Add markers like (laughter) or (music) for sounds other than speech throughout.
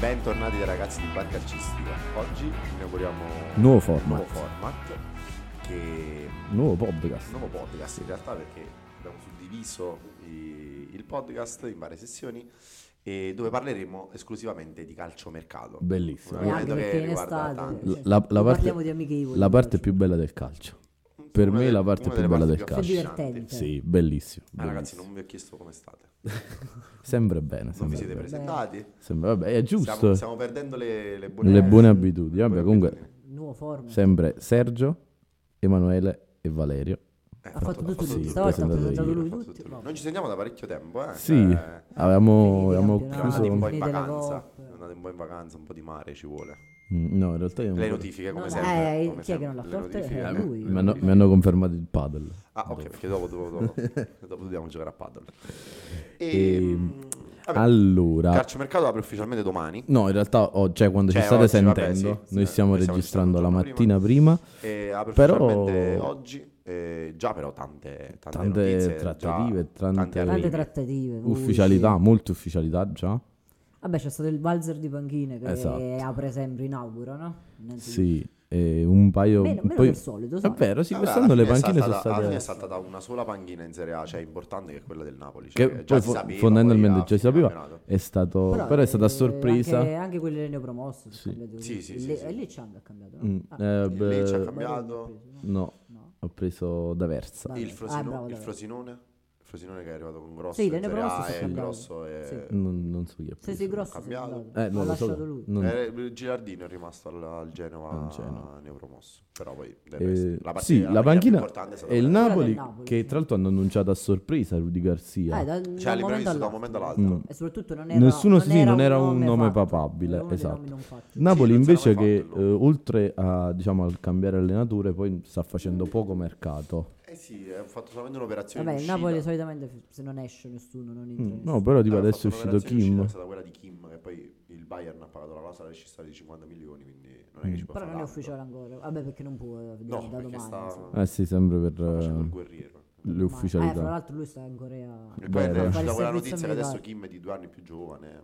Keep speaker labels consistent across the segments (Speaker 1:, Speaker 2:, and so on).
Speaker 1: Bentornati dai ragazzi di Bar Calcistica. Oggi inauguriamo
Speaker 2: Nuovo
Speaker 1: un nuovo
Speaker 2: format,
Speaker 1: format che
Speaker 2: nuovo
Speaker 1: un
Speaker 2: podcast.
Speaker 1: nuovo podcast in realtà perché abbiamo suddiviso i- il podcast in varie sessioni e dove parleremo esclusivamente di calciomercato.
Speaker 2: Bellissimo.
Speaker 1: Una-
Speaker 3: E anche
Speaker 1: credo che
Speaker 3: Ah, perché in
Speaker 1: riguarda
Speaker 3: estate
Speaker 1: tanti.
Speaker 2: La, la- la
Speaker 3: parliamo
Speaker 2: parte,
Speaker 3: di amichevoli.
Speaker 2: la parte più bella del calcio. Per
Speaker 1: Una
Speaker 2: me
Speaker 1: delle-
Speaker 2: la parte
Speaker 1: una
Speaker 2: più
Speaker 1: delle
Speaker 2: bella
Speaker 1: parti
Speaker 2: del
Speaker 1: più
Speaker 2: calcio.
Speaker 1: affascinanti.
Speaker 3: Divertente.
Speaker 2: Sì, bellissimo.
Speaker 1: Ah, ragazzi,
Speaker 2: bellissimo.
Speaker 1: non vi ho chiesto come state.
Speaker 2: Sempre bene.
Speaker 1: Non vi
Speaker 2: Sempre
Speaker 1: siete
Speaker 2: bene.
Speaker 1: presentati?
Speaker 2: Sempre- vabbè, è giusto.
Speaker 1: Stiamo, stiamo perdendo le, le buone,
Speaker 2: Le buone abitudini. Vabbè, comunque,
Speaker 3: Nuovo format.
Speaker 2: sempre Sergio, Emanuele e Valerio.
Speaker 1: Eh,
Speaker 3: ha fatto tutto
Speaker 2: sì,
Speaker 3: lui,
Speaker 2: ho
Speaker 3: stavolta ha
Speaker 2: presentato
Speaker 3: presentato
Speaker 2: io.
Speaker 3: lui
Speaker 1: Ho fatto
Speaker 3: tutti.
Speaker 1: tutto
Speaker 3: no.
Speaker 1: lui. Non ci sentiamo da parecchio tempo, eh?
Speaker 2: Sì,
Speaker 1: Cioè,
Speaker 2: avevamo,
Speaker 3: finiti i
Speaker 2: avevamo
Speaker 3: campionati,
Speaker 2: chiuso...
Speaker 1: andate un po' in
Speaker 3: Finite le
Speaker 1: vacanza.
Speaker 3: coppe.
Speaker 1: Andate un po' in vacanza, un po' di mare ci vuole.
Speaker 2: Mm, No, in realtà... io-
Speaker 1: Le notifiche come
Speaker 3: No, no,
Speaker 1: sempre.
Speaker 3: eh,
Speaker 1: come
Speaker 3: chi è che
Speaker 1: sempre,
Speaker 3: non l'ha
Speaker 1: le
Speaker 3: fatte?
Speaker 1: notifiche.
Speaker 3: Eh,
Speaker 1: Eh,
Speaker 3: lui.
Speaker 2: Mi hanno, mi hanno confermato il paddle.
Speaker 1: Ah, ok, perché dopo, dopo, dopo,
Speaker 2: (laughs)
Speaker 1: dopo dobbiamo giocare a paddle. E,
Speaker 2: E-
Speaker 1: vabbè,
Speaker 2: Ehm, Allora...
Speaker 1: calciomercato apre ufficialmente domani.
Speaker 2: No, in realtà, oh, cioè, quando
Speaker 1: Cioè,
Speaker 2: ci state
Speaker 1: oggi, vabbè,
Speaker 2: sentendo,
Speaker 1: sì, sì,
Speaker 2: noi stiamo
Speaker 1: noi stiamo registrando
Speaker 2: registrando la
Speaker 1: il giorno
Speaker 2: mattina prima.
Speaker 1: E apre
Speaker 2: Però-
Speaker 1: ufficialmente oggi. eh, già però tante, tante,
Speaker 2: Tante
Speaker 1: notizie,
Speaker 2: trattative,
Speaker 1: già
Speaker 2: tante-
Speaker 1: tanti arrivi.
Speaker 3: Tante trattative. voci.
Speaker 2: Ufficialità, molte ufficialità già.
Speaker 3: Eh, Vabbè, c'è stato il valzer di panchine che
Speaker 2: Esatto.
Speaker 3: apre sempre, inaugura, no? Innanzitutto.
Speaker 2: Sì, e un paio...
Speaker 3: Meno- meno
Speaker 2: poi-
Speaker 3: del solito,
Speaker 2: È
Speaker 3: sai.
Speaker 2: vero, sì,
Speaker 1: Vabbè,
Speaker 2: Ah, quest'anno
Speaker 1: alla fine Ah,
Speaker 2: le
Speaker 1: è
Speaker 2: panchine sono
Speaker 1: saltata- Alla fine è
Speaker 2: state... eh.
Speaker 1: saltata una sola panchina in Serie A, cioè importante che è quella del Napoli. Cioè, già
Speaker 2: Che poi
Speaker 1: si
Speaker 2: fo-
Speaker 1: sapeva,
Speaker 2: fondamentalmente
Speaker 1: poi a
Speaker 2: già si
Speaker 1: fine
Speaker 2: sapeva.
Speaker 1: campionato.
Speaker 2: È stato... Però, è stata
Speaker 3: eh,
Speaker 2: a sorpresa.
Speaker 3: Anche, anche quelle ne ho promosso.
Speaker 2: Sì.
Speaker 1: Sì, sì, sì, sì.
Speaker 3: E lì c'è anche cambiato, no?
Speaker 2: Mm,
Speaker 3: Ah,
Speaker 2: eh,
Speaker 1: Il Lecce ha
Speaker 2: beh, Mm.
Speaker 1: cambiato.
Speaker 2: no,
Speaker 3: no.
Speaker 2: ho preso da Versa.
Speaker 3: Dai.
Speaker 1: Il,
Speaker 3: Ah,
Speaker 1: Frosino-
Speaker 3: bravo,
Speaker 1: il
Speaker 3: dai.
Speaker 1: Frosinone? Il Frosinone che è arrivato con grosso
Speaker 3: Sì,
Speaker 1: in
Speaker 3: Lene
Speaker 1: Serie
Speaker 3: Grosso
Speaker 1: A
Speaker 3: si è
Speaker 1: e il
Speaker 3: cambiato.
Speaker 1: grosso è...
Speaker 3: Sì.
Speaker 2: Non, non so chi è.
Speaker 3: Sei, sei
Speaker 2: preso.
Speaker 3: grosso, sei
Speaker 1: Cambiato.
Speaker 3: andato.
Speaker 2: Eh, non
Speaker 3: ha
Speaker 2: lo so.
Speaker 3: lasciato lui.
Speaker 2: non-
Speaker 1: Eh, il Girardino è rimasto al, al Genova,
Speaker 2: Al Genova.
Speaker 1: neopromosso. Però poi del
Speaker 2: Eh,
Speaker 1: resto, la partita,
Speaker 2: sì,
Speaker 1: partita
Speaker 2: la
Speaker 1: più
Speaker 2: panchina
Speaker 1: importante è stata
Speaker 2: e il
Speaker 1: quella.
Speaker 2: Napoli,
Speaker 3: Quella del Napoli,
Speaker 2: che
Speaker 3: sì.
Speaker 2: tra l'altro hanno annunciato a sorpresa Rudy Garcia.
Speaker 3: Eh, da, da
Speaker 1: Cioè,
Speaker 3: un momento
Speaker 1: all'improvviso, da un
Speaker 3: all'altro.
Speaker 1: momento all'altro.
Speaker 2: Mm.
Speaker 3: E soprattutto non era,
Speaker 2: Nessuno si- sì, non era un nome
Speaker 3: fatto,
Speaker 2: papabile,
Speaker 3: era uno dei
Speaker 2: esatto.
Speaker 3: nomi non fatti.
Speaker 2: Napoli
Speaker 1: Sì, non si
Speaker 2: invece
Speaker 1: era mai
Speaker 2: che
Speaker 1: fatto il
Speaker 2: eh, oltre a diciamo al cambiare allenatore poi sta facendo poco mercato.
Speaker 1: Eh sì, è fatto solamente un'operazione
Speaker 3: Vabbè,
Speaker 1: in
Speaker 3: il
Speaker 1: uscita.
Speaker 3: Napoli solitamente f- se non esce nessuno, non entra.
Speaker 2: Mm, No,
Speaker 3: nessuno.
Speaker 2: però tipo
Speaker 1: Aveva
Speaker 2: adesso è
Speaker 1: Eh, fatto un'operazione
Speaker 2: uscito
Speaker 1: in uscita,
Speaker 2: Kim.
Speaker 1: È stata quella di Kim, che poi il Bayern ha pagato la rosa registratore di 50 milioni, quindi non è che ci può fare
Speaker 3: Però non è
Speaker 1: tanto.
Speaker 3: ufficiale ancora. Vabbè, perché non può eh, da
Speaker 1: No,
Speaker 3: da
Speaker 1: perché
Speaker 3: domani.
Speaker 1: sta
Speaker 3: insomma.
Speaker 2: Eh sì, sempre per
Speaker 1: sta facendo
Speaker 2: eh,
Speaker 1: il guerriero.
Speaker 2: le
Speaker 3: Ma- Eh, fra
Speaker 2: ufficialità.
Speaker 3: l'altro lui sta in Corea.
Speaker 1: E poi è
Speaker 2: Vero.
Speaker 3: Fare
Speaker 1: uscita
Speaker 3: il
Speaker 1: quella
Speaker 3: servizio
Speaker 1: notizia che adesso
Speaker 3: militare.
Speaker 1: Kim è di due anni più giovane.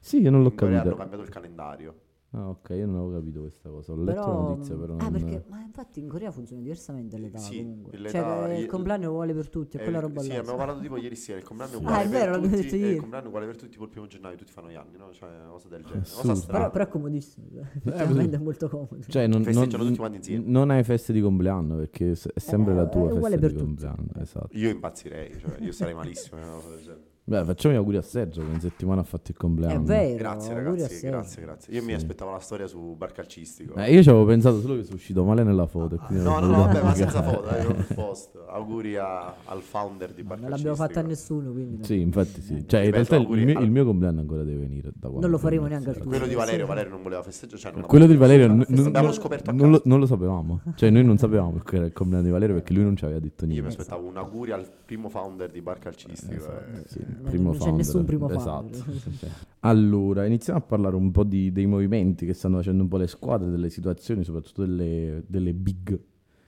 Speaker 2: Sì, io non l'ho
Speaker 1: In Corea hanno
Speaker 2: capito.
Speaker 1: cambiato il calendario.
Speaker 2: Ah, ok, io non avevo capito questa cosa. Ho letto la
Speaker 3: Però,
Speaker 2: notizia però
Speaker 3: ah,
Speaker 2: non-
Speaker 3: perché, ma infatti in Corea funziona diversamente l'età
Speaker 1: Eh, Sì,
Speaker 3: comunque.
Speaker 1: l'età-
Speaker 3: cioè, eh,
Speaker 1: i-
Speaker 3: il compleanno vuole per tutti, è
Speaker 1: Eh,
Speaker 3: quella roba
Speaker 1: sì,
Speaker 3: là.
Speaker 1: abbiamo parlato tipo ieri sera, il compleanno è
Speaker 2: Sì.
Speaker 1: uguale
Speaker 3: Ah, è
Speaker 1: per
Speaker 3: vero, l'abbiamo
Speaker 1: tutti,
Speaker 3: detto
Speaker 1: eh, il
Speaker 3: ieri.
Speaker 1: compleanno è uguale per tutti, poi il primo gennaio tutti fanno gli anni, no? Cioè, una cosa del genere, una cosa
Speaker 2: Assurdo.
Speaker 1: strana.
Speaker 3: Però, però è comodissimo, veramente è molto comodo.
Speaker 2: Eh, Cioè, non,
Speaker 1: Festeggiano
Speaker 2: non-
Speaker 1: tutti quanti insieme.
Speaker 2: non hai feste di compleanno perché se- è sempre
Speaker 3: Eh,
Speaker 2: la tua
Speaker 3: è
Speaker 2: festa
Speaker 3: uguale per
Speaker 2: di
Speaker 3: tutti.
Speaker 2: compleanno. Esatto.
Speaker 1: Io impazzirei, cioè, io sarei malissimo, una cosa del genere.
Speaker 2: Beh, facciamo gli auguri a Sergio che in settimana ha fatto il
Speaker 3: è
Speaker 2: compleanno.
Speaker 3: (laughs) vero.
Speaker 1: Grazie
Speaker 3: auguri a
Speaker 1: ragazzi,
Speaker 3: Sergio.
Speaker 1: grazie, grazie. Io mi aspettavo la storia su bar calcistico.
Speaker 2: Eh, io ci avevo pensato solo che sono uscito male nella foto. e quindi
Speaker 1: Ah, No,
Speaker 2: non
Speaker 1: no, no,
Speaker 2: volevo
Speaker 1: vabbè, ma
Speaker 2: pubblicare.
Speaker 1: senza foto, eh, non il post. Auguri a- al founder di Bar
Speaker 3: Non l'abbiamo fatta a
Speaker 1: Calcistico.
Speaker 3: nessuno, quindi no.
Speaker 2: Sì, infatti sì. Cioè, in
Speaker 1: Ripeto,
Speaker 2: realtà il
Speaker 1: auguri
Speaker 2: mio,
Speaker 1: al-
Speaker 2: il mio compleanno ancora deve venire da quando.
Speaker 3: non lo faremo
Speaker 2: è
Speaker 3: neanche al
Speaker 2: iniziato.
Speaker 3: tuo.
Speaker 1: Quello di Valerio, Valerio non voleva festeggiare, cioè non ha
Speaker 2: Quello di Valerio
Speaker 3: Sì,
Speaker 2: n-
Speaker 3: sì,
Speaker 2: non,
Speaker 1: Abbiamo
Speaker 2: non-
Speaker 1: scoperto a
Speaker 2: non lo,
Speaker 1: caso.
Speaker 2: non lo sapevamo. Cioè, noi non sapevamo che era il compleanno di Valerio perché lui non ci aveva detto
Speaker 1: Io mi
Speaker 2: niente.
Speaker 1: aspettavo un auguri al primo founder di Bar Calcistico. eh.
Speaker 2: Esatto, Sì,
Speaker 3: Non-
Speaker 2: primo
Speaker 3: non c'è
Speaker 2: founder.
Speaker 3: nessun primo
Speaker 2: Esatto.
Speaker 3: founder.
Speaker 2: (laughs) Allora, iniziamo a parlare un po' di- dei movimenti che stanno facendo un po' le squadre, delle situazioni, soprattutto delle, delle big.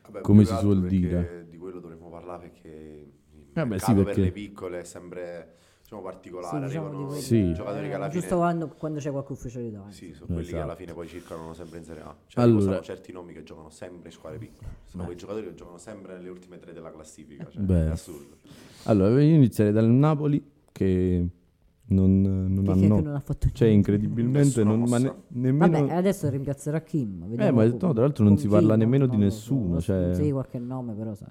Speaker 1: Vabbè,
Speaker 2: Come
Speaker 1: più
Speaker 2: si
Speaker 1: che altro
Speaker 2: suol
Speaker 1: perché
Speaker 2: dire.
Speaker 1: Di quello dovremmo parlare perché il
Speaker 2: Vabbè,
Speaker 1: mercato
Speaker 2: sì,
Speaker 1: per
Speaker 2: perché-
Speaker 1: le piccole è sempre diciamo, particolare,
Speaker 3: Sì, diciamo di
Speaker 1: arrivano
Speaker 3: quelli- Eh,
Speaker 2: Sì.
Speaker 1: giocatori che alla
Speaker 3: giusto
Speaker 1: fine...
Speaker 3: quando, quando c'è qualche ufficialità. eh.
Speaker 1: Sì, sono quelli che alla
Speaker 2: Esatto.
Speaker 1: fine poi circolano sempre in Serie A. Cioè, ci
Speaker 2: Allora.
Speaker 1: sono certi nomi che giocano sempre in squadre piccole. Sono quei giocatori che giocano sempre nelle ultime tre della classifica. Cioè,
Speaker 2: Beh.
Speaker 1: è assurdo.
Speaker 2: Allora, io inizierei dal Napoli che non, non
Speaker 3: Chi è che
Speaker 2: hanno...
Speaker 3: non ha fatto niente?
Speaker 2: Cioè, incredibilmente,
Speaker 1: Nessuna
Speaker 2: non, ma ne-
Speaker 1: mossa.
Speaker 2: nemmeno...
Speaker 3: Vabbè, eh, adesso rimpiazzerà Kim.
Speaker 2: Eh,
Speaker 3: vediamo
Speaker 2: ma no,
Speaker 3: come-
Speaker 2: tra l'altro non
Speaker 3: con
Speaker 2: si parla
Speaker 3: Kim,
Speaker 2: nemmeno di
Speaker 3: non lo so,
Speaker 2: nessuno, cioè-
Speaker 3: Sì, qualche nome, però sai.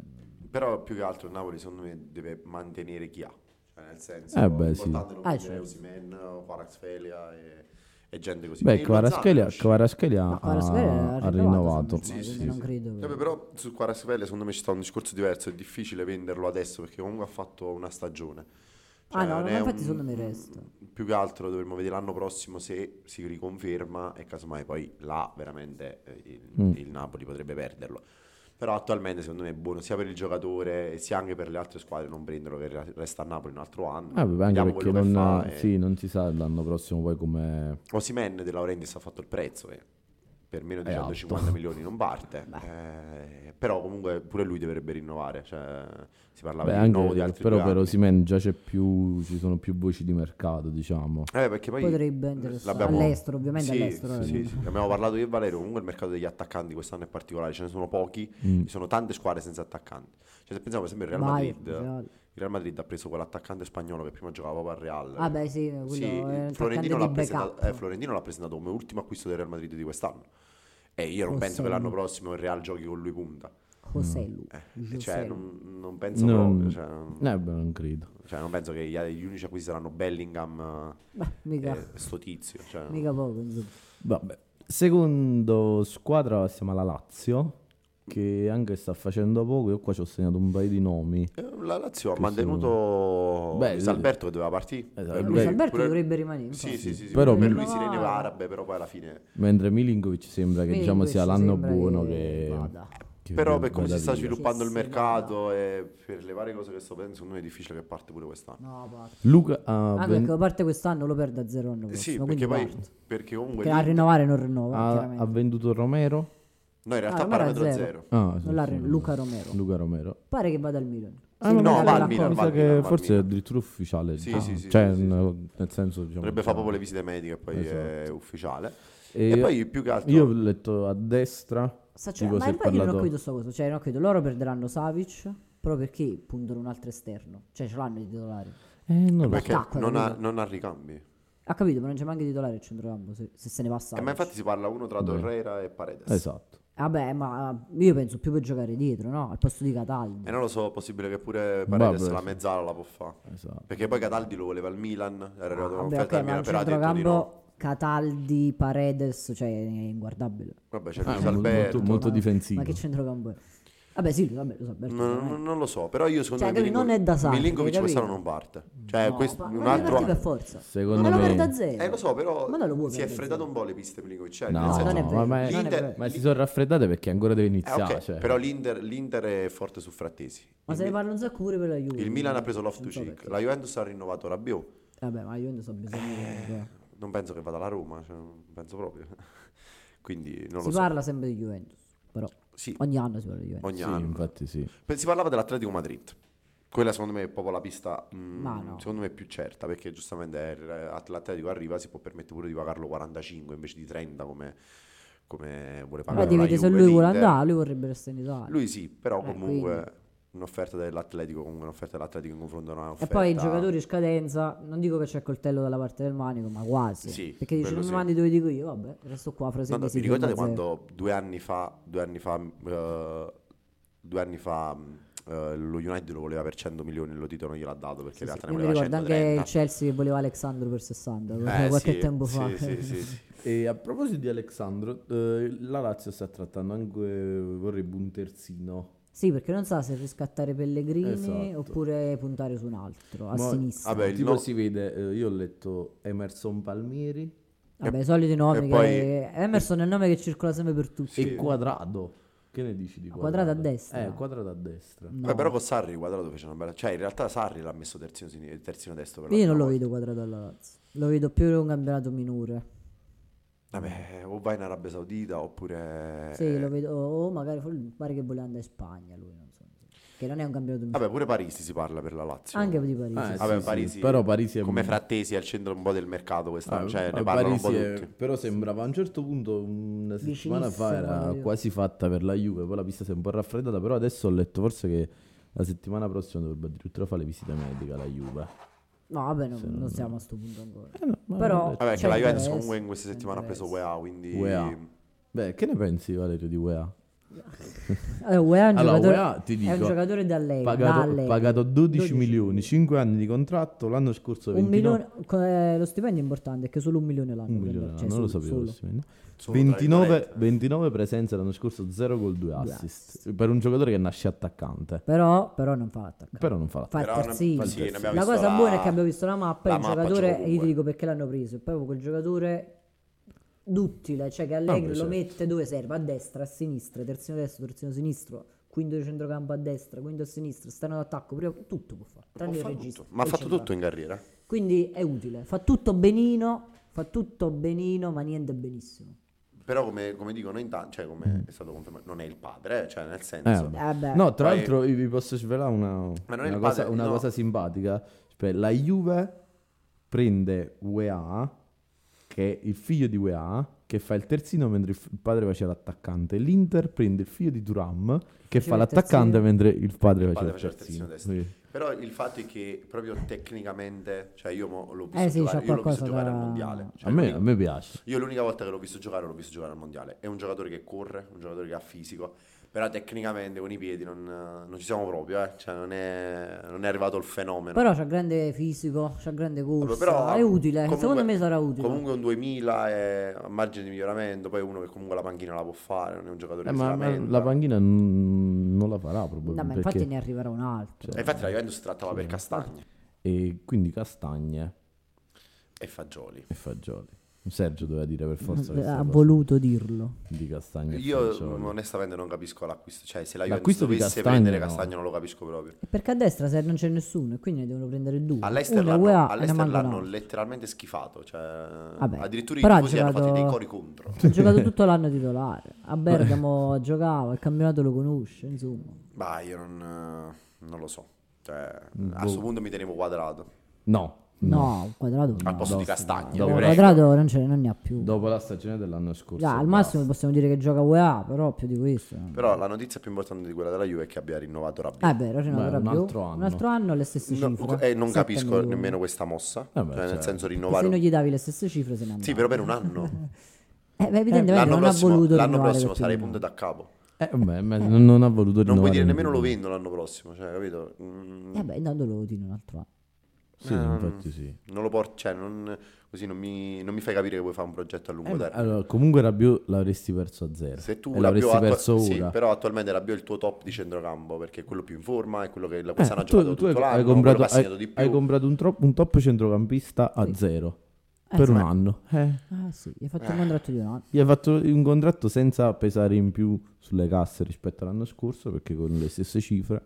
Speaker 1: Però più che altro il Napoli secondo me deve mantenere chi ha. Cioè, nel senso,
Speaker 2: Eh beh, sì.
Speaker 1: importante non
Speaker 3: Ah,
Speaker 1: prendere
Speaker 3: certo.
Speaker 1: Osimhen o Paraxfelia e, e gente così. E
Speaker 2: Beh,
Speaker 1: il
Speaker 2: Kvaratskhelia
Speaker 1: Lozano è
Speaker 2: Kvaratskhelia
Speaker 3: Kvaratskhelia
Speaker 2: Ah, ha,
Speaker 3: ha
Speaker 2: ha rinnovato.
Speaker 3: rinnovato,
Speaker 1: Sì,
Speaker 3: Sì,
Speaker 1: sì,
Speaker 3: non
Speaker 1: sì.
Speaker 3: credo. che- Ah,
Speaker 1: Vabbè, però su Quaraspelia secondo me ci sta un discorso diverso, è difficile venderlo adesso perché comunque ha fatto una stagione.
Speaker 3: Ah, no,
Speaker 1: cioè, non
Speaker 3: ma
Speaker 1: è
Speaker 3: infatti secondo me resta.
Speaker 1: Più che altro dovremmo vedere l'anno prossimo se si riconferma e casomai poi là veramente eh, il,
Speaker 2: Mm.
Speaker 1: il Napoli potrebbe perderlo. Però attualmente secondo me è buono sia per il giocatore e sia anche per le altre squadre non prenderlo che re- resta a Napoli un altro anno.
Speaker 2: Ah, vabbè, anche
Speaker 1: Vediamo
Speaker 2: perché
Speaker 1: quello che
Speaker 2: non,
Speaker 1: fa, eh.
Speaker 2: sì, non si sa l'anno prossimo poi come...
Speaker 1: Osimen De Laurentiis ha fatto il prezzo e per meno di
Speaker 2: È
Speaker 1: 150
Speaker 2: alto.
Speaker 1: milioni non parte. Eh, però comunque pure lui dovrebbe rinnovare. Cioè, si parlava
Speaker 2: Beh,
Speaker 1: di rinnovo di
Speaker 2: anche,
Speaker 1: altri
Speaker 2: però
Speaker 1: due
Speaker 2: per
Speaker 1: anni.
Speaker 2: Osimhen già c'è più, ci sono più voci di mercato, diciamo.
Speaker 1: Eh, perché poi
Speaker 3: Potrebbe interessare.
Speaker 1: l'abbiamo-
Speaker 3: All'estero, ovviamente
Speaker 1: Sì, sì,
Speaker 3: all'estero.
Speaker 1: sì, sì.
Speaker 3: (laughs)
Speaker 1: Abbiamo parlato di Valerio, comunque il mercato degli attaccanti quest'anno è particolare, ce ne sono pochi,
Speaker 2: Mm.
Speaker 1: ci sono tante squadre senza attaccanti. Cioè, se pensiamo per esempio al Real
Speaker 3: Bayern,
Speaker 1: Madrid, Eh,
Speaker 3: Real.
Speaker 1: il Real Madrid ha preso quell'attaccante spagnolo che prima giocava proprio al Real.
Speaker 3: Ah, beh, sì, quello
Speaker 1: Sì,
Speaker 3: è un attaccante
Speaker 1: Florentino
Speaker 3: di
Speaker 1: l'ha,
Speaker 3: backup.
Speaker 1: presentato, eh, Florentino l'ha presentato come ultimo acquisto del Real Madrid di quest'anno. E io non
Speaker 3: José
Speaker 1: penso che l'anno
Speaker 3: Lu.
Speaker 1: prossimo il Real giochi con lui punta.
Speaker 3: José Lu.
Speaker 1: Eh,
Speaker 3: José
Speaker 1: cioè,
Speaker 3: Lu.
Speaker 1: non, non penso
Speaker 2: No.
Speaker 1: proprio. Cioè, non-
Speaker 2: Eh, beh, non credo.
Speaker 1: cioè, non penso che gli, gli unici acquisti saranno Bellingham eh,
Speaker 2: Mm.
Speaker 3: Beh, (laughs) mica,
Speaker 1: e sto tizio. Cioè,
Speaker 3: mica poco, insomma.
Speaker 2: Vabbè. Secondo squadra siamo alla Lazio, che anche sta facendo poco. Io qua ci ho segnato un paio di nomi.
Speaker 1: Eh, La Lazio ha
Speaker 2: Che
Speaker 1: mantenuto
Speaker 2: Beh,
Speaker 1: Luis Alberto che doveva partire.
Speaker 2: Esatto.
Speaker 1: Eh,
Speaker 2: Luis
Speaker 1: lui-
Speaker 3: Alberto
Speaker 1: pure-
Speaker 3: dovrebbe rimanere,
Speaker 1: Sì,
Speaker 3: infatti.
Speaker 1: sì, sì, sì,
Speaker 2: Però-
Speaker 1: per lui si
Speaker 3: Rinnovare.
Speaker 1: teneva arabe, però poi alla fine...
Speaker 2: Mentre Milinkovic sembra che diciamo
Speaker 3: Milinkovic
Speaker 2: sia l'anno
Speaker 3: sembra
Speaker 2: buono
Speaker 3: che
Speaker 2: che...
Speaker 3: vada.
Speaker 2: che
Speaker 1: Però per
Speaker 2: vada
Speaker 1: come si sta
Speaker 2: via.
Speaker 1: sviluppando il
Speaker 3: Sì, sì,
Speaker 1: mercato e per le varie cose che sto pensando, secondo me è difficile che parte pure quest'anno.
Speaker 3: No, parte.
Speaker 2: Luca ah, ha
Speaker 3: Anche
Speaker 2: ven-
Speaker 3: perché lo parte quest'anno, lo perde a zero l'anno
Speaker 1: Eh Sì,
Speaker 3: prossimo,
Speaker 1: perché
Speaker 3: quindi
Speaker 1: poi...
Speaker 3: parte.
Speaker 1: Perché comunque...
Speaker 3: Che a
Speaker 1: l'Inter-
Speaker 3: rinnovare non rinnova,
Speaker 2: ha- ah, ha
Speaker 3: chiaramente.
Speaker 2: venduto Romero.
Speaker 1: No, in realtà
Speaker 3: Ah, ormai era
Speaker 1: parametro
Speaker 3: zero.
Speaker 1: zero.
Speaker 2: Ah,
Speaker 3: Non l'ha rin- Luca Romero.
Speaker 2: Luca Romero.
Speaker 3: Pare che vada al Milan.
Speaker 1: Ah, no,
Speaker 3: mi pare
Speaker 1: va al
Speaker 3: l'accordo.
Speaker 1: Milan,
Speaker 2: Mi
Speaker 1: va
Speaker 2: sa
Speaker 1: al
Speaker 2: che
Speaker 1: Milan, va al
Speaker 2: forse è
Speaker 1: Milan.
Speaker 2: addirittura ufficiale.
Speaker 1: Sì,
Speaker 2: diciamo.
Speaker 1: sì, sì,
Speaker 2: Cioè,
Speaker 1: sì, sì,
Speaker 2: n- nel senso... Diciamo,
Speaker 1: Dovrebbe fare
Speaker 2: cioè-
Speaker 1: proprio le visite mediche e poi
Speaker 3: Esatto.
Speaker 1: è ufficiale.
Speaker 2: E,
Speaker 1: E, poi più che altro...
Speaker 2: Io ho letto a destra...
Speaker 3: Sa-
Speaker 2: di
Speaker 3: cioè,
Speaker 2: cosa
Speaker 3: ma
Speaker 2: è
Speaker 3: infatti io non ho
Speaker 2: parlato-
Speaker 3: capito questa cosa. Cioè, non ho capito. Loro perderanno Savic proprio perché puntano un altro esterno. Cioè, ce l'hanno i titolari.
Speaker 2: Eh, non lo so.
Speaker 1: Perché
Speaker 3: attacco,
Speaker 1: non ha,
Speaker 3: capito?
Speaker 1: non ha ricambi.
Speaker 3: Ha capito, ma non c'è neanche il titolare il centrocampo se, se se ne va Savic.
Speaker 1: Eh, ma infatti si parla uno tra Torreira e Paredes.
Speaker 2: Esatto.
Speaker 3: Vabbè, ma io penso più per giocare dietro, no? Al posto di Cataldi.
Speaker 1: E non lo so, possibile che pure Paredes
Speaker 2: Vabbè,
Speaker 1: la
Speaker 2: sì.
Speaker 1: mezzala la può fare.
Speaker 2: esatto.
Speaker 1: Perché poi Cataldi lo voleva al Milan, era arrivato
Speaker 3: Ah,
Speaker 1: un'offerta
Speaker 3: vabbè, ok,
Speaker 1: al
Speaker 3: ma
Speaker 1: Milan,
Speaker 3: al
Speaker 1: però ha detto di no.
Speaker 3: centrocampo Cataldi, Paredes, cioè è inguardabile.
Speaker 1: Vabbè, c'è
Speaker 2: Ah,
Speaker 1: Luis
Speaker 2: molto-
Speaker 1: Alberto.
Speaker 2: molto-
Speaker 3: Ma-
Speaker 2: difensivo.
Speaker 3: Ma che centrocampo è? Vabbè, sì, vabbè, lo so, Alberto,
Speaker 1: No, no,
Speaker 3: veramente.
Speaker 2: eh.
Speaker 1: no, non lo so, però io secondo
Speaker 3: Cioè,
Speaker 1: me
Speaker 3: capito, non è da Sarri,
Speaker 1: Milinkovic
Speaker 3: capito?
Speaker 1: quest'anno non parte. Cioè,
Speaker 3: No,
Speaker 1: questo,
Speaker 3: ma-
Speaker 1: un
Speaker 3: ma
Speaker 1: altro
Speaker 3: deve partire per forza.
Speaker 2: Secondo
Speaker 3: ma lo
Speaker 2: me-
Speaker 3: perde a zero.
Speaker 1: Eh, lo so, però
Speaker 3: Ma non lo vuoi
Speaker 1: si è
Speaker 3: perdere.
Speaker 1: freddato un po' le piste Milinkovic, cioè,
Speaker 2: No,
Speaker 1: nel senso-
Speaker 3: non è
Speaker 2: no,
Speaker 3: vero,
Speaker 1: non
Speaker 2: ma,
Speaker 1: è
Speaker 2: ma-
Speaker 1: vero.
Speaker 2: ma si sono raffreddate perché ancora deve
Speaker 1: Eh, ok,
Speaker 2: iniziare. cioè.
Speaker 1: però l'Inter, l'Inter è forte su Frattesi.
Speaker 3: Ma
Speaker 1: il,
Speaker 3: se ne
Speaker 1: Mi-
Speaker 3: parla un sacco pure per la Juve.
Speaker 1: il Milan ha preso
Speaker 3: Non so
Speaker 1: Loftus-Cheek,
Speaker 3: perché.
Speaker 1: la Juventus ha rinnovato Rabiot.
Speaker 3: Vabbè, ma io non so bisogno di-
Speaker 1: Eh,
Speaker 3: eh.
Speaker 1: Non penso che vada alla Roma, cioè, non penso proprio. (laughs) Quindi non
Speaker 3: Si
Speaker 1: lo so.
Speaker 3: parla sempre di Juventus, però
Speaker 1: Sì,
Speaker 3: ogni anno si parla di Juventus.
Speaker 1: ogni
Speaker 2: Sì,
Speaker 1: anno.
Speaker 2: infatti sì.
Speaker 1: Beh, Si parlava dell'Atletico Madrid. Quella secondo me è proprio la pista mm,
Speaker 3: Ma no.
Speaker 1: secondo me più certa perché giustamente eh, l'Atletico arriva si può permettere pure di pagarlo 45 invece di 30 come, come vuole
Speaker 3: Però
Speaker 1: pagare la
Speaker 3: dipende se
Speaker 1: Juve,
Speaker 3: lui vuole
Speaker 1: l'Inter.
Speaker 3: andare, lui vorrebbe restare in Italia.
Speaker 1: Lui sì, però
Speaker 3: Eh,
Speaker 1: comunque
Speaker 3: quindi.
Speaker 1: un'offerta dell'Atletico comunque un'offerta dell'Atletico in confronto a un'offerta
Speaker 3: E poi i giocatori in scadenza, non dico che c'è il coltello dalla parte del manico, ma quasi.
Speaker 1: Sì,
Speaker 3: perché dice,
Speaker 1: quello
Speaker 3: non mi
Speaker 1: sì.
Speaker 3: mandi dove dico io, vabbè, resto qua fra sei
Speaker 1: No, no,
Speaker 3: mesi.
Speaker 1: vi ricordate
Speaker 3: fermo a zero.
Speaker 1: quando due anni fa, due anni fa, eh, due anni fa mh, eh, lo United lo voleva per 100 milioni e lo Tito non gliel'ha dato perché
Speaker 3: Sì,
Speaker 1: in
Speaker 3: sì.
Speaker 1: realtà
Speaker 3: Io
Speaker 1: ne
Speaker 3: mi
Speaker 1: voleva
Speaker 3: ricordo anche il
Speaker 1: 130.
Speaker 3: Chelsea che voleva Alexandro per 60,
Speaker 1: Eh,
Speaker 3: qualche
Speaker 1: sì,
Speaker 3: tempo fa.
Speaker 1: sì, sì, sì, sì.
Speaker 2: E a proposito di Alexandro, eh, la Lazio sta trattando anche, eh, vorrebbe un terzino.
Speaker 3: Sì, perché non sa se riscattare Pellegrini
Speaker 2: Esatto.
Speaker 3: oppure puntare su un altro, a
Speaker 2: Ma-
Speaker 3: sinistra.
Speaker 1: vabbè,
Speaker 3: Vabbè,
Speaker 1: il
Speaker 2: tipo
Speaker 1: no-
Speaker 2: si vede, eh, io ho letto Emerson Palmieri
Speaker 3: i soliti nomi.
Speaker 1: e
Speaker 3: che-
Speaker 1: poi-
Speaker 3: Emerson è il nome che circola sempre per tutti.
Speaker 1: Sì.
Speaker 2: e Quadrado. Che ne dici di
Speaker 3: Ah, Quadrado
Speaker 2: Quadrado?
Speaker 3: a destra. Mm,
Speaker 2: Eh, Quadrado a destra.
Speaker 3: (laughs) No.
Speaker 1: Beh, però con Sarri quadrato fece una bella. Cioè, in realtà Sarri l'ha messo terzino, sin- terzino destro. Per la
Speaker 3: Io non
Speaker 1: prima
Speaker 3: lo
Speaker 1: volta.
Speaker 3: vedo quadrato alla Lazio. Lo vedo più in un campionato minore.
Speaker 1: Vabbè, o vai in Arabia Saudita oppure.
Speaker 2: Eh.
Speaker 3: Sì, lo vedo. O magari for- pare che vuole andare in Spagna lui, non so. Che non è un campionato minore.
Speaker 1: Vabbè, pure Parisi si parla per la Lazio.
Speaker 3: Anche di Parigi.
Speaker 2: Ah,
Speaker 3: sì.
Speaker 1: Vabbè,
Speaker 2: sì, sì,
Speaker 1: Parisi-
Speaker 2: però Parisi è
Speaker 1: Come frattesi al centro un po' del mercato quest'anno,
Speaker 2: Ah,
Speaker 1: cioè
Speaker 2: eh,
Speaker 1: ne parlano un po'
Speaker 2: Parisi è-
Speaker 1: tutti.
Speaker 2: Però sembrava a un certo punto, una settimana fa
Speaker 3: Vicinissimo,
Speaker 2: era
Speaker 3: voglio-
Speaker 2: quasi fatta per la Juve, poi la pista si è un po' raffreddata, però adesso ho letto forse che la settimana prossima dovrebbe addirittura fare le visite mediche alla Juve.
Speaker 3: No, vabbè, non, non siamo a sto punto ancora.
Speaker 2: Eh no, ma-
Speaker 3: Però-
Speaker 1: Vabbè, che
Speaker 3: C'è
Speaker 1: la Juventus
Speaker 3: interesse,
Speaker 1: comunque in questa
Speaker 3: c'è
Speaker 1: settimana ha preso
Speaker 3: interesse.
Speaker 1: UEA, quindi
Speaker 2: UEA. Beh, che ne pensi Valerio di UEA?
Speaker 3: Allora, UEA è un
Speaker 2: Allora,
Speaker 3: giocatore,
Speaker 2: UEA, ti dico,
Speaker 3: è un giocatore da Allegri. da
Speaker 2: Pagato,
Speaker 3: Allegri.
Speaker 2: pagato 12 milioni, 5 anni di contratto, l'anno scorso
Speaker 3: Un
Speaker 2: 29
Speaker 3: milione, co- eh, lo stipendio è importante è che solo un milione l'anno.
Speaker 2: Un
Speaker 3: prende,
Speaker 2: milione,
Speaker 3: cioè,
Speaker 2: non lo
Speaker 3: solo-
Speaker 2: sapevo.
Speaker 3: solo.
Speaker 2: questo milione.
Speaker 1: Solo tra
Speaker 2: 29,
Speaker 1: virgolette.
Speaker 2: 29 presenze l'anno scorso, 0 gol, 2 assist. Per un giocatore che nasce attaccante,
Speaker 3: Però, però non fa l'attaccante.
Speaker 2: però non fa l'attaccante.
Speaker 3: Fa
Speaker 1: Però
Speaker 3: il
Speaker 1: ne-
Speaker 3: terzino.
Speaker 1: sì, ne abbiamo
Speaker 3: la
Speaker 1: visto
Speaker 3: cosa
Speaker 1: la-
Speaker 3: buona è che abbiamo visto la mappa.
Speaker 1: la
Speaker 3: il
Speaker 1: mappa
Speaker 3: giocatore,
Speaker 1: gioca
Speaker 3: io ti
Speaker 1: ovunque.
Speaker 3: dico perché l'hanno preso. È proprio quel giocatore duttile, cioè che Allegri
Speaker 2: invece-
Speaker 3: lo mette dove serve, a destra, a sinistra, terzino destro, terzino sinistro, quinto di centrocampo a destra, quinto a sinistra, esterno d'attacco, primo- tutto può fare,
Speaker 1: Può
Speaker 3: tranne il
Speaker 1: fare
Speaker 3: regista.
Speaker 1: tutto. Ma ha
Speaker 3: poi
Speaker 1: fatto
Speaker 3: c'entra.
Speaker 1: tutto in carriera.
Speaker 3: Quindi è utile, fa tutto benino, fa tutto benino, ma niente benissimo.
Speaker 1: Però come, come dicono in tanti, cioè come è stato confermato, non è il padre, eh, cioè nel senso...
Speaker 2: vabbè.
Speaker 3: Eh, vabbè.
Speaker 2: No, tra
Speaker 1: Poi-
Speaker 2: l'altro io vi posso svelare una,
Speaker 1: Ma non è
Speaker 2: una
Speaker 1: il
Speaker 2: cosa,
Speaker 1: padre,
Speaker 2: una
Speaker 1: no.
Speaker 2: cosa simpatica. Cioè, la Juve prende UEA, che è il figlio di UEA, che fa il terzino mentre il f- il padre faceva l'attaccante. L'Inter prende il figlio di Duram, che fa
Speaker 3: Faceva il
Speaker 2: l'attaccante
Speaker 3: terzino.
Speaker 2: mentre il padre
Speaker 1: Il
Speaker 2: faceva
Speaker 1: padre
Speaker 2: il
Speaker 1: faceva il terzino
Speaker 2: terzino.
Speaker 1: destro.
Speaker 2: Sì.
Speaker 1: Però il fatto è che proprio tecnicamente, cioè io mo l'ho visto
Speaker 3: Eh sì,
Speaker 1: giocare,
Speaker 3: c'ha
Speaker 1: io l'ho visto
Speaker 3: qualcosa
Speaker 1: giocare
Speaker 3: da-
Speaker 1: al mondiale. Cioè,
Speaker 2: A me,
Speaker 1: l'unica-
Speaker 2: a me piace.
Speaker 1: Io l'unica volta che l'ho visto giocare l'ho visto giocare al mondiale. È un giocatore che corre, un giocatore che ha fisico, però tecnicamente con i piedi non, non ci siamo proprio, eh. Cioè, non, è, non è arrivato il fenomeno.
Speaker 3: Però c'ha grande fisico, c'ha grande corsa,
Speaker 1: Vabbè, però,
Speaker 3: è utile,
Speaker 1: comunque-
Speaker 3: secondo me sarà utile.
Speaker 1: Comunque un 2000 è a margine di miglioramento, poi uno che comunque la panchina la può fare, non è un giocatore
Speaker 2: Eh,
Speaker 1: che
Speaker 2: ma
Speaker 1: si
Speaker 2: ma
Speaker 1: lamenta.
Speaker 2: la panchina n- non la farà
Speaker 3: No,
Speaker 2: proprio.
Speaker 3: ma
Speaker 2: Boh, perché... Cioè,
Speaker 3: infatti ne arriverà un altro.
Speaker 1: E infatti la Juventus si trattava per Castagne
Speaker 2: E quindi castagne
Speaker 1: e Fagioli.
Speaker 2: e fagioli. Sergio doveva dire per forza questa
Speaker 3: Eh, Mm, ha
Speaker 2: cosa
Speaker 3: voluto dirlo.
Speaker 2: di castagne e
Speaker 1: Io
Speaker 2: fagioli.
Speaker 1: mh, onestamente non capisco l'acquisto, cioè se la Juventus
Speaker 2: L'acquisto di
Speaker 1: dovesse
Speaker 2: Castagna,
Speaker 1: prendere
Speaker 2: no.
Speaker 1: Castagno non lo capisco proprio.
Speaker 3: E perché a destra se non c'è nessuno e quindi ne devono prendere due.
Speaker 1: All'Ester
Speaker 3: Uno è
Speaker 1: l'hanno,
Speaker 3: UEA e ne
Speaker 1: all'Ester
Speaker 3: manca un
Speaker 1: l'hanno
Speaker 3: altro.
Speaker 1: letteralmente schifato, cioè,
Speaker 3: Vabbè,
Speaker 1: addirittura i
Speaker 3: però ha
Speaker 1: tifosi hanno fatto
Speaker 3: giocato-
Speaker 1: dei cori contro.
Speaker 3: Ha giocato tutto l'anno titolare. A
Speaker 2: (laughs)
Speaker 3: Bergamo giocava, il campionato lo conosce, insomma.
Speaker 1: Ma io non, eh, non lo so, cioè,
Speaker 3: Mm,
Speaker 1: a
Speaker 3: boh.
Speaker 1: questo punto mi tenevo quadrato,
Speaker 2: No,
Speaker 3: No, un quadrato no.
Speaker 1: al posto di
Speaker 2: no,
Speaker 1: Castagno.
Speaker 2: no,
Speaker 1: vi
Speaker 3: Un
Speaker 1: prego.
Speaker 3: quadrato non, ce ne, non ne ha più.
Speaker 2: Dopo la stagione dell'anno scorso.
Speaker 3: Già, al massimo possiamo dire che gioca UEA, però più di questo. no.
Speaker 1: Però la notizia più importante di quella della Juve è che abbia rinnovato Rabiot.
Speaker 3: Ah, è vero, Renato
Speaker 2: Eh, Beh, un
Speaker 3: Rabiot,
Speaker 2: altro anno.
Speaker 3: Un altro anno le stesse
Speaker 1: No,
Speaker 3: cifre.
Speaker 1: eh, non
Speaker 3: Sette
Speaker 1: capisco
Speaker 3: milioni.
Speaker 1: nemmeno questa mossa,
Speaker 2: Eh beh,
Speaker 1: cioè, nel
Speaker 2: certo.
Speaker 1: senso
Speaker 3: Perché
Speaker 1: rinnovare...
Speaker 3: Se
Speaker 1: un-
Speaker 3: non gli davi le stesse cifre se ne andava.
Speaker 1: Sì, però per un anno.
Speaker 3: Eh, beh, evidentemente
Speaker 1: l'anno
Speaker 3: non ha
Speaker 1: prossimo,
Speaker 3: voluto
Speaker 1: l'anno
Speaker 3: rinnovare
Speaker 1: prossimo
Speaker 3: per
Speaker 1: sarei
Speaker 3: più di un
Speaker 1: punto da capo.
Speaker 2: Eh, beh, ma non, non ha voluto
Speaker 1: Non puoi
Speaker 2: rinnovare
Speaker 1: dire nemmeno lo
Speaker 2: niente.
Speaker 1: vendo l'anno prossimo, cioè, capito? Mm,
Speaker 3: anno. Eh beh, intanto lo tiene un altro anno.
Speaker 2: Sì, infatti sì.
Speaker 1: Non lo porto, cioè, non- così non mi, non mi fai capire che vuoi fare un progetto a lungo termine.
Speaker 2: Allora, comunque Rabiot l'avresti perso a zero.
Speaker 1: Se tu
Speaker 2: Eh, e l'avresti
Speaker 1: Rabiot attua-
Speaker 2: perso
Speaker 1: sì,
Speaker 2: ora.
Speaker 1: però attualmente Rabiot è il tuo top di centrocampo perché è quello più in forma, è quello che la-
Speaker 2: Eh,
Speaker 1: quest'anno ha giocato tutto l'anno,
Speaker 2: hai
Speaker 1: quello
Speaker 2: comprato,
Speaker 1: che ha segnato
Speaker 2: hai-
Speaker 1: di più.
Speaker 2: hai comprato un, tro- un top centrocampista a
Speaker 3: Sì.
Speaker 2: zero
Speaker 3: Eh,
Speaker 2: per
Speaker 3: sì.
Speaker 2: un anno. Eh,
Speaker 3: Ah sì, gli ha fatto un contratto di un anno.
Speaker 2: gli hai fatto un contratto senza pesare in più sulle casse rispetto all'anno scorso perché con le stesse cifre.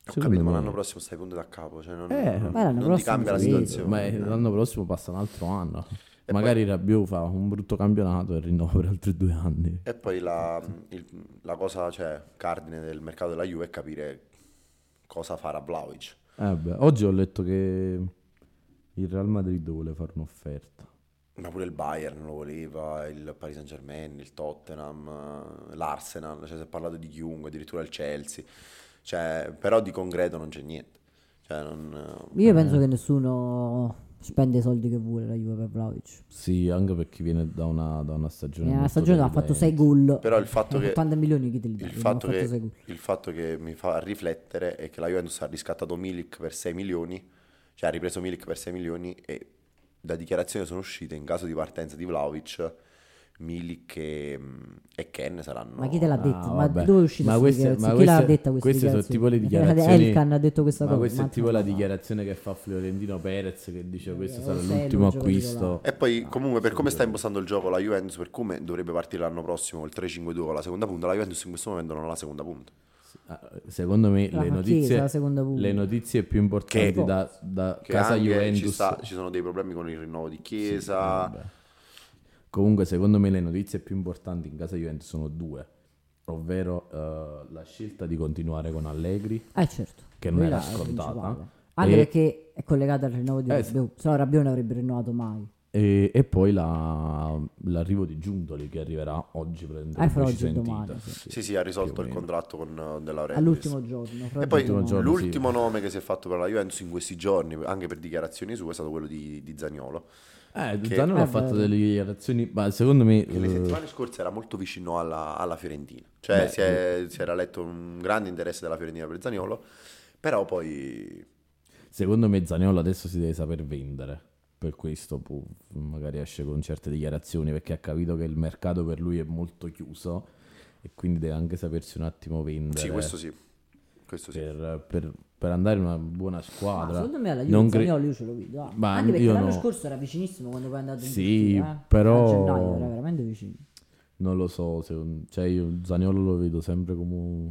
Speaker 1: Ho
Speaker 2: Secondo
Speaker 1: capito, ma
Speaker 2: me-
Speaker 1: l'anno prossimo stai punto da capo, cioè non,
Speaker 2: Eh,
Speaker 1: non-
Speaker 3: ma l'anno
Speaker 1: non ti
Speaker 3: prossimo
Speaker 1: cambia la
Speaker 3: sì,
Speaker 1: situazione.
Speaker 2: Ma eh, l'anno prossimo passa un altro anno.
Speaker 1: E
Speaker 2: Magari Rabiot fa un brutto campionato e rinnova per altri due anni.
Speaker 1: E poi la, il- la cosa cioè, cardine del mercato della Juve è capire cosa farà Vlaovic.
Speaker 2: Eh beh, oggi ho letto che il Real Madrid vuole fare un'offerta.
Speaker 1: Ma pure il Bayern lo voleva, il Paris Saint Germain, il Tottenham, eh, l'Arsenal, cioè si è parlato di chiunque, addirittura il Chelsea, cioè, però di concreto non c'è niente. Cioè, non, eh,
Speaker 3: Io penso che nessuno spende i soldi che vuole la Juve per Vlaovic.
Speaker 2: Sì, anche perché viene da una, da una stagione.
Speaker 3: Nella
Speaker 2: molto
Speaker 3: Eh, stagione ha fatto
Speaker 2: deludente.
Speaker 3: 6 gol.
Speaker 1: Però il fatto
Speaker 3: Eh,
Speaker 1: che-
Speaker 3: 80 milioni chi te li dà?
Speaker 1: il,
Speaker 3: Non
Speaker 1: fatto
Speaker 3: ha fatto
Speaker 1: che,
Speaker 3: sei gol.
Speaker 1: il fatto che mi fa riflettere è che la Juventus ha riscattato Milik per 6 milioni, cioè ha ripreso Milik per 6 milioni e da dichiarazione sono uscite in caso di partenza di Vlaovic, Milik e, mm, e Ken saranno...
Speaker 3: Ma chi te l'ha detta?
Speaker 2: Ah,
Speaker 3: ma
Speaker 2: vabbè.
Speaker 3: dove è uscita
Speaker 2: Ma
Speaker 3: questa
Speaker 2: queste-
Speaker 3: dichiarazione?
Speaker 2: ma
Speaker 3: Chi l'ha
Speaker 2: queste-
Speaker 3: detta questa
Speaker 2: queste sono tipo le dichiarazioni.
Speaker 3: Elkan ha detto questa
Speaker 2: Ma
Speaker 3: cosa.
Speaker 2: questa è tipo la
Speaker 3: no, no.
Speaker 2: dichiarazione che fa Fiorentino Perez che dice questo
Speaker 3: eh,
Speaker 2: sarà
Speaker 3: lo sai,
Speaker 2: l'ultimo
Speaker 3: non gioco
Speaker 2: acquisto.
Speaker 3: titolare.
Speaker 1: E poi,
Speaker 2: Ah,
Speaker 1: comunque, per come sta impostando il gioco la Juventus, per come dovrebbe partire l'anno prossimo il 3-5-2 con la seconda punta, la Juventus in questo momento non ha la seconda punta.
Speaker 2: Ah, Secondo me
Speaker 3: La
Speaker 2: le
Speaker 3: fa
Speaker 2: notizie,
Speaker 3: Chiesa, seconda punta.
Speaker 2: le notizie più importanti
Speaker 1: Che-
Speaker 2: da, da
Speaker 1: Che
Speaker 2: casa
Speaker 1: anche
Speaker 2: Juventus eh,
Speaker 1: Ci, sta- ci sono dei problemi con il rinnovo di Chiesa.
Speaker 2: Vabbè. Comunque, secondo me, le notizie più importanti in casa Juventus sono due, ovvero eh, la scelta di continuare con Allegri,
Speaker 3: Eh certo.
Speaker 2: che non
Speaker 3: Lui
Speaker 2: era
Speaker 3: l'ha- è il
Speaker 2: scontata.
Speaker 3: principale. Anche
Speaker 2: E-
Speaker 3: perché è collegata al rinnovo di
Speaker 2: Eh,
Speaker 3: Rabiot. Se no Rabiot non avrebbe rinnovato mai.
Speaker 2: e, e poi la- l'arrivo di Giuntoli che arriverà oggi.
Speaker 3: Eh,
Speaker 2: probabilmente
Speaker 3: fra
Speaker 2: non ci
Speaker 3: oggi e
Speaker 2: sentite.
Speaker 3: domani, sì.
Speaker 1: sì, sì, ha risolto
Speaker 2: più o
Speaker 1: il
Speaker 2: meno.
Speaker 1: contratto con eh, De Laurentiis.
Speaker 3: All'ultimo giorno. fra
Speaker 1: E poi
Speaker 3: l'altro,
Speaker 2: L'ultimo giorno,
Speaker 1: l'ultimo
Speaker 2: sì.
Speaker 1: nome che si è fatto per la Juventus in questi giorni, anche per dichiarazioni sue, è stato quello di, di Zaniolo.
Speaker 2: Eh,
Speaker 1: Che-
Speaker 2: Zaniolo
Speaker 3: Eh,
Speaker 2: ha fatto
Speaker 3: beh.
Speaker 2: delle dichiarazioni, ma secondo me
Speaker 1: Che le
Speaker 2: eh,
Speaker 1: settimane scorse era molto vicino alla, alla Fiorentina. Cioè,
Speaker 2: Beh, eh.
Speaker 1: si, è- si era letto un grande interesse della Fiorentina per Zaniolo, però poi
Speaker 2: Secondo me Zaniolo adesso si deve saper vendere. Per questo può- magari esce con certe dichiarazioni perché ha capito che il mercato per lui è molto chiuso e quindi deve anche sapersi un attimo vendere.
Speaker 1: Sì, questo sì. Questo sì.
Speaker 2: eh. per, per- per andare in una buona
Speaker 3: Ma
Speaker 2: squadra.
Speaker 3: Ah, secondo me alla
Speaker 2: Non
Speaker 3: Juve
Speaker 2: cre-
Speaker 3: Zaniolo io ce lo vedo. ah.
Speaker 2: Ma
Speaker 3: Anche perché
Speaker 2: io
Speaker 3: l'anno
Speaker 2: no.
Speaker 3: scorso era vicinissimo quando poi è andato in
Speaker 2: Sì,
Speaker 3: Turchia, eh.
Speaker 2: però-
Speaker 3: A gennaio era veramente vicino.
Speaker 2: Non lo so, secondo- cioè io Zaniolo lo vedo sempre come un,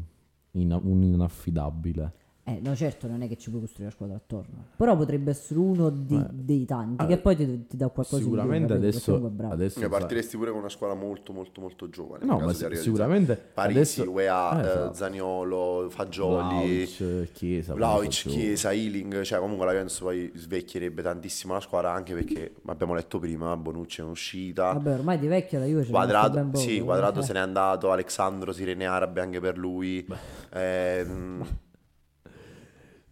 Speaker 2: ina- un inaffidabile.
Speaker 3: Eh, no, certo, non è che ci puoi costruire la squadra attorno. Però potrebbe essere uno di-
Speaker 2: Beh,
Speaker 3: dei tanti
Speaker 2: allora,
Speaker 3: che poi ti, ti dà qualcosa in
Speaker 2: Eh. Ah, sicuramente
Speaker 3: più, capito? Perché
Speaker 2: adesso...
Speaker 3: comunque è bravo.
Speaker 2: adesso
Speaker 1: Ne
Speaker 2: Za-
Speaker 1: Cioè, partiresti pure con una squadra molto molto molto giovane.
Speaker 2: Esatto. No,
Speaker 1: in
Speaker 2: ma
Speaker 1: caso di
Speaker 2: si-
Speaker 1: arrivare di Zaniolo.
Speaker 2: sicuramente...
Speaker 1: Parisi,
Speaker 2: adesso-
Speaker 1: UEA,
Speaker 2: eh,
Speaker 1: eh,
Speaker 2: esatto.
Speaker 1: Zaniolo, Fagioli,
Speaker 2: Vlahovic, eh, Chiesa.
Speaker 1: Vlaovic,
Speaker 2: Fagioli.
Speaker 1: Chiesa, Ealing, cioè comunque la Juventus poi svecchierebbe tantissimo la squadra anche perché abbiamo letto prima Bonucci è
Speaker 2: Ah,
Speaker 1: un'uscita,
Speaker 3: Vabbè, ormai di vecchio la Juve ce l'ha ben
Speaker 1: Quadrato,
Speaker 3: poco,
Speaker 1: sì,
Speaker 3: eh.
Speaker 1: Quadrato se n'è andato, Alexandro Sirene Arabe anche per lui, ehm,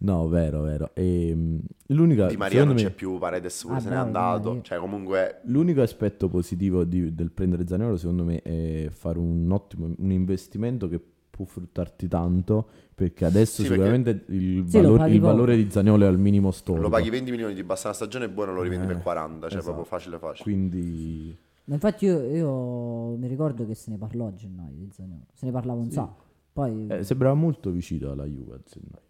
Speaker 2: No, vero, vero. E, mh, l'unica,
Speaker 1: Di Maria non
Speaker 2: secondo
Speaker 1: c'è
Speaker 2: me,
Speaker 1: più, Paredes pure
Speaker 3: Ah,
Speaker 1: se n'è
Speaker 3: bravo,
Speaker 1: andato,
Speaker 3: Maria.
Speaker 1: cioè comunque
Speaker 2: L'unico aspetto positivo di- del prendere Zaniolo, secondo me, è fare un ottimo un investimento che può fruttarti tanto, perché
Speaker 1: Sì,
Speaker 2: adesso
Speaker 1: perché-
Speaker 2: sicuramente il,
Speaker 3: Sì, lo
Speaker 2: valo-
Speaker 3: paghi
Speaker 2: il
Speaker 3: poco.
Speaker 2: valore di Zaniolo è al minimo storico.
Speaker 1: lo paghi 20 milioni, ti basta una stagione e buona lo rivendi
Speaker 2: Eh,
Speaker 1: per 40, cioè
Speaker 2: esatto.
Speaker 1: proprio facile facile.
Speaker 2: Quindi
Speaker 3: Ma infatti io, io mi ricordo che se ne parlò a gennaio di Zaniolo. Se ne parlava un sacco. Poi
Speaker 2: eh, sembrava molto vicino alla Juve. a gennaio.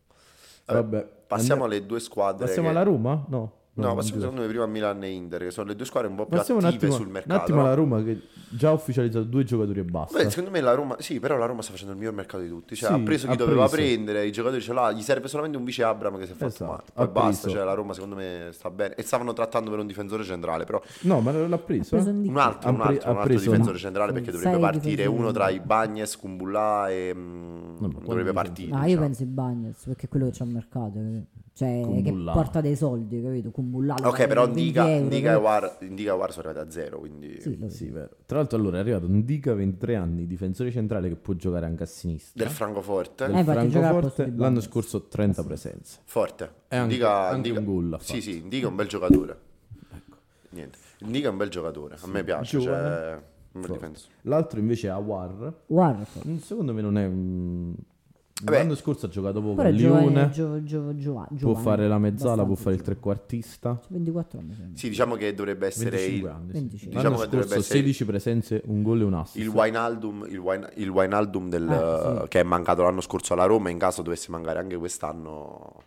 Speaker 1: Vabbè,
Speaker 2: Vabbè,
Speaker 1: Passiamo
Speaker 2: andiamo-
Speaker 1: alle due squadre.
Speaker 2: passiamo
Speaker 1: che-
Speaker 2: alla Roma? No.
Speaker 1: No,
Speaker 2: non
Speaker 1: passiamo
Speaker 2: credo.
Speaker 1: secondo me prima a Milan e Inter, che sono le due squadre un po' più
Speaker 2: Passiamo un
Speaker 1: attive
Speaker 2: attimo,
Speaker 1: sul
Speaker 2: un
Speaker 1: mercato.
Speaker 2: attimo
Speaker 1: no?
Speaker 2: alla Roma che già ha ufficializzato due giocatori e basta.
Speaker 1: Beh, secondo me la Roma, sì, però la Roma sta facendo il miglior mercato di tutti. Cioè,
Speaker 2: Sì,
Speaker 1: ha preso chi
Speaker 2: ha
Speaker 1: doveva
Speaker 2: preso.
Speaker 1: prendere, i giocatori ce l'ha, gli serve solamente un vice Abram che si è fatto
Speaker 2: Esatto,
Speaker 1: male.
Speaker 2: ha
Speaker 1: Poi basta,
Speaker 2: preso.
Speaker 1: cioè la Roma secondo me sta bene. E stavano trattando per un difensore centrale, però
Speaker 2: No, ma l'ha preso.
Speaker 3: preso
Speaker 2: eh?
Speaker 3: un Ah,
Speaker 1: un altro,
Speaker 2: Ha
Speaker 1: un
Speaker 2: pre-
Speaker 1: altro,
Speaker 2: ha
Speaker 1: un altro
Speaker 2: preso-
Speaker 1: difensore
Speaker 3: no,
Speaker 1: centrale
Speaker 3: sono
Speaker 1: perché dovrebbe
Speaker 3: sei
Speaker 1: partire
Speaker 3: difensori.
Speaker 1: uno tra i Bagnes, Kumbulla e mm,
Speaker 2: No, ma quando
Speaker 1: dovrebbe
Speaker 2: difensore?
Speaker 1: partire.
Speaker 3: Ah, io
Speaker 1: diciamo.
Speaker 3: penso i Bagnets perché è quello che c'è al mercato, capito? cioè
Speaker 2: Kumbulla.
Speaker 3: che porta dei soldi, capito? Kumbullale.
Speaker 1: Ok, però
Speaker 3: indica
Speaker 1: Indica, Indica, e War, Indica e War sono arrivati a zero, quindi
Speaker 3: Sì, lo so.
Speaker 2: Eh, Sì, vero. Tra l'altro allora è arrivato un Dica 23 anni, difensore centrale che può giocare anche a sinistra.
Speaker 1: del Francoforte.
Speaker 2: Del
Speaker 3: Eh, infatti, giocava al posto
Speaker 2: Francoforte
Speaker 3: di Eh,
Speaker 2: l'anno
Speaker 3: Bagnez.
Speaker 2: scorso 30 presenze.
Speaker 1: Forte.
Speaker 2: E anche-
Speaker 1: Indica,
Speaker 2: anche
Speaker 1: Indica-
Speaker 2: un gol ha
Speaker 1: Sì,
Speaker 2: fatto.
Speaker 1: sì, Indica è un bel giocatore. Niente. Indica è un bel giocatore, a me piace. Cioè,
Speaker 2: Giovane.
Speaker 1: un bel
Speaker 2: Forte.
Speaker 1: difensore.
Speaker 2: L'altro invece è Awar. Mm,
Speaker 3: Guarda,
Speaker 2: Secondo me non è un...
Speaker 1: Vabbè.
Speaker 2: L'anno scorso ha giocato poco
Speaker 3: però
Speaker 2: a
Speaker 3: è giovane,
Speaker 2: Lione,
Speaker 3: gio, gio, giova-
Speaker 2: può
Speaker 3: giovane,
Speaker 2: fare la mezzala, può
Speaker 3: abbastanza
Speaker 2: fare il
Speaker 3: giovane.
Speaker 2: trequartista.
Speaker 3: 24 anni. sembra.
Speaker 1: Sì, diciamo che dovrebbe essere
Speaker 2: 25
Speaker 1: il,
Speaker 2: anni.
Speaker 3: 25.
Speaker 2: L'anno
Speaker 1: Diciamo che dovrebbe
Speaker 2: scorso
Speaker 1: essere-
Speaker 2: 16 presenze, un gol e un assist.
Speaker 1: il Wijnaldum, il Wijn- il Wijnaldum del-
Speaker 3: Ah, sì.
Speaker 1: che è mancato l'anno scorso alla Roma. In caso dovesse mancare anche quest'anno,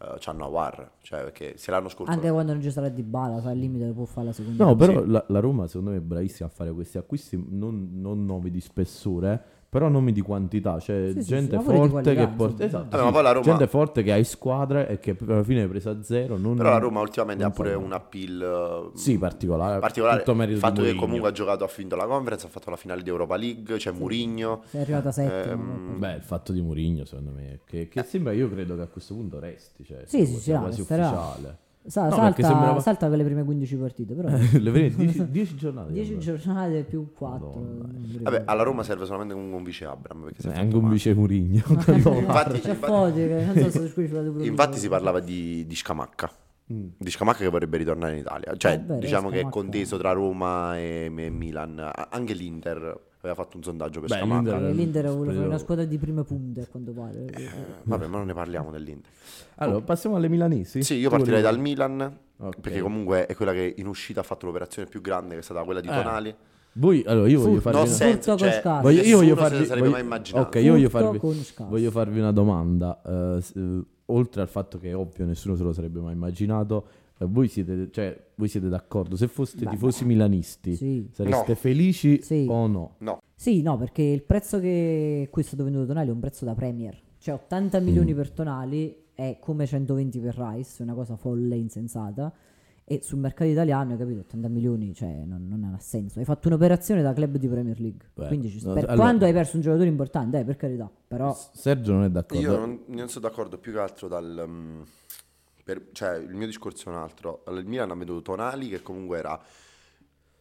Speaker 1: eh, c'hanno Awar. Cioè, perché se l'anno scorso.
Speaker 3: Anche quando non ci sarà di bala, fa il limite può fare la seconda.
Speaker 2: No, però la, la Roma secondo me è bravissima a fare questi acquisti, non, non nomi di spessore, però nomi di quantità, cioè
Speaker 3: Sì, sì,
Speaker 2: gente
Speaker 3: sì, ma pure di
Speaker 2: forte che
Speaker 3: qualità,
Speaker 2: porta...
Speaker 3: insomma.
Speaker 2: Esatto,
Speaker 1: Vabbè, ma
Speaker 2: sì,
Speaker 1: poi la Roma-
Speaker 2: gente forte che ha in squadra e che alla fine è presa a zero. Non,
Speaker 1: però la Roma ultimamente ha
Speaker 2: non
Speaker 1: pure
Speaker 2: parla.
Speaker 1: un appeal. eh,
Speaker 2: Sì, particolare.
Speaker 1: particolare.
Speaker 2: tutto merito
Speaker 1: il
Speaker 2: di
Speaker 1: fatto che
Speaker 2: Mourinho.
Speaker 1: comunque ha giocato, ha finito la conference, ha fatto la finale di Europa League, c'è Murigno.
Speaker 3: Sei arrivata settima.
Speaker 1: Ehm,
Speaker 3: poi.
Speaker 2: Beh, il fatto di Mourinho secondo me, che,
Speaker 1: Eh.
Speaker 2: che sembra, io credo che a questo punto resti, cioè
Speaker 3: Sì,
Speaker 2: sia
Speaker 3: sì, sarà,
Speaker 2: quasi
Speaker 3: resterà.
Speaker 2: ufficiale. (laughs)
Speaker 3: Sa-
Speaker 2: no, perché
Speaker 3: salta,
Speaker 2: sembrava- Eh,
Speaker 3: salta quelle prime 15
Speaker 2: (laughs)
Speaker 3: partite, però
Speaker 2: Le prime 10 10 giornate.
Speaker 3: 10
Speaker 2: comunque.
Speaker 3: giornate più 4.
Speaker 2: Madonna.
Speaker 1: Vabbè,
Speaker 3: (laughs)
Speaker 1: alla Roma serve solamente comunque un vice Abram. Perché si è
Speaker 2: Eh,
Speaker 1: fatto
Speaker 2: Anche un
Speaker 1: male.
Speaker 2: vice
Speaker 1: (laughs)
Speaker 2: Mourinho. (laughs)
Speaker 1: Infatti,
Speaker 3: C'è
Speaker 1: infatti-
Speaker 3: Fode, che non so se su cui ci vado pure
Speaker 1: Infatti
Speaker 3: io.
Speaker 1: si parlava di, di Scamacca.
Speaker 2: Mm.
Speaker 1: Di Scamacca che vorrebbe ritornare in Italia. Cioè,
Speaker 3: Eh, beh,
Speaker 1: diciamo che è
Speaker 3: Scamacca-
Speaker 1: conteso tra Roma e, e Milan. A- Anche l'Inter aveva fatto un sondaggio per
Speaker 2: Beh,
Speaker 1: Scamacca.
Speaker 2: l'Inter-
Speaker 3: Perché L'Inter vuole fare
Speaker 2: Spero-
Speaker 3: una squadra di prime punte a quanto pare.
Speaker 1: Eh, Vabbè, ma non ne parliamo dell'Inter.
Speaker 2: Allora, passiamo alle milanesi.
Speaker 1: Sì, io
Speaker 2: Tu
Speaker 1: partirei
Speaker 2: volevi-
Speaker 1: dal Milan.
Speaker 2: Ok.
Speaker 1: Perché comunque è quella che in uscita ha fatto l'operazione più grande, che è stata quella di
Speaker 2: Eh.
Speaker 1: Tonali.
Speaker 2: Voi, allora, io voglio
Speaker 3: Fu-
Speaker 2: farvi
Speaker 1: No,
Speaker 2: una...
Speaker 3: Furto
Speaker 1: senso,
Speaker 3: con
Speaker 1: cioè,
Speaker 3: scarpe.
Speaker 2: Voglio- io
Speaker 1: nessuno
Speaker 2: voglio
Speaker 1: se
Speaker 2: farvi,
Speaker 1: lo sarebbe
Speaker 2: voglio-
Speaker 1: mai immaginato.
Speaker 2: ok, io voglio
Speaker 3: Furto
Speaker 2: farvi,
Speaker 3: con scarpe.
Speaker 2: voglio farvi una domanda. eh, s- eh, oltre al fatto che è ovvio, nessuno se lo sarebbe mai immaginato. eh, voi, siete, cioè, voi siete d'accordo? Se foste
Speaker 3: Beh,
Speaker 2: tifosi milanisti,
Speaker 3: Sì.
Speaker 2: sareste
Speaker 1: No.
Speaker 2: felici
Speaker 3: Sì.
Speaker 2: o no?
Speaker 3: Sì, no, perché il prezzo che qui sta dovendo Tonali è un prezzo da Premier. Cioè 80
Speaker 2: Mm.
Speaker 3: milioni per Tonali è come 120 per Rice, una cosa folle e insensata. E sul mercato italiano, hai capito, 80 milioni, cioè non, non ha senso. Hai fatto un'operazione da club di Premier League.
Speaker 2: Beh,
Speaker 3: quindi ci
Speaker 2: no,
Speaker 3: per
Speaker 2: allora-
Speaker 3: quando hai perso un giocatore importante, eh, per carità, però...
Speaker 2: S- Sergio non è d'accordo.
Speaker 1: Io non, non sono d'accordo più che altro dal... mm, per- cioè, il mio discorso è un altro. Allora, Il Milan ha venduto Tonali, che comunque era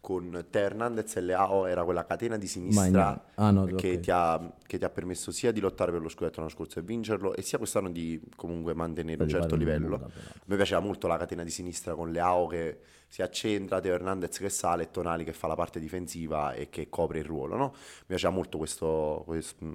Speaker 1: con Teo Hernandez e Leao, era quella catena di
Speaker 2: Ma in-
Speaker 1: sinistra
Speaker 2: ah, no,
Speaker 1: che,
Speaker 2: ok.
Speaker 1: ti ha, che ti ha permesso sia di lottare per lo scudetto l'anno scorso e vincerlo, e sia quest'anno di comunque mantenere un
Speaker 2: Voglio
Speaker 1: certo
Speaker 2: fare una
Speaker 1: livello.
Speaker 2: domanda, però.
Speaker 1: A me piaceva molto la catena di sinistra con Leao che si accentra, Teo Hernandez che sale e Tonali che fa la parte difensiva e che copre il ruolo. No? Mi piaceva molto questo, quest- mh,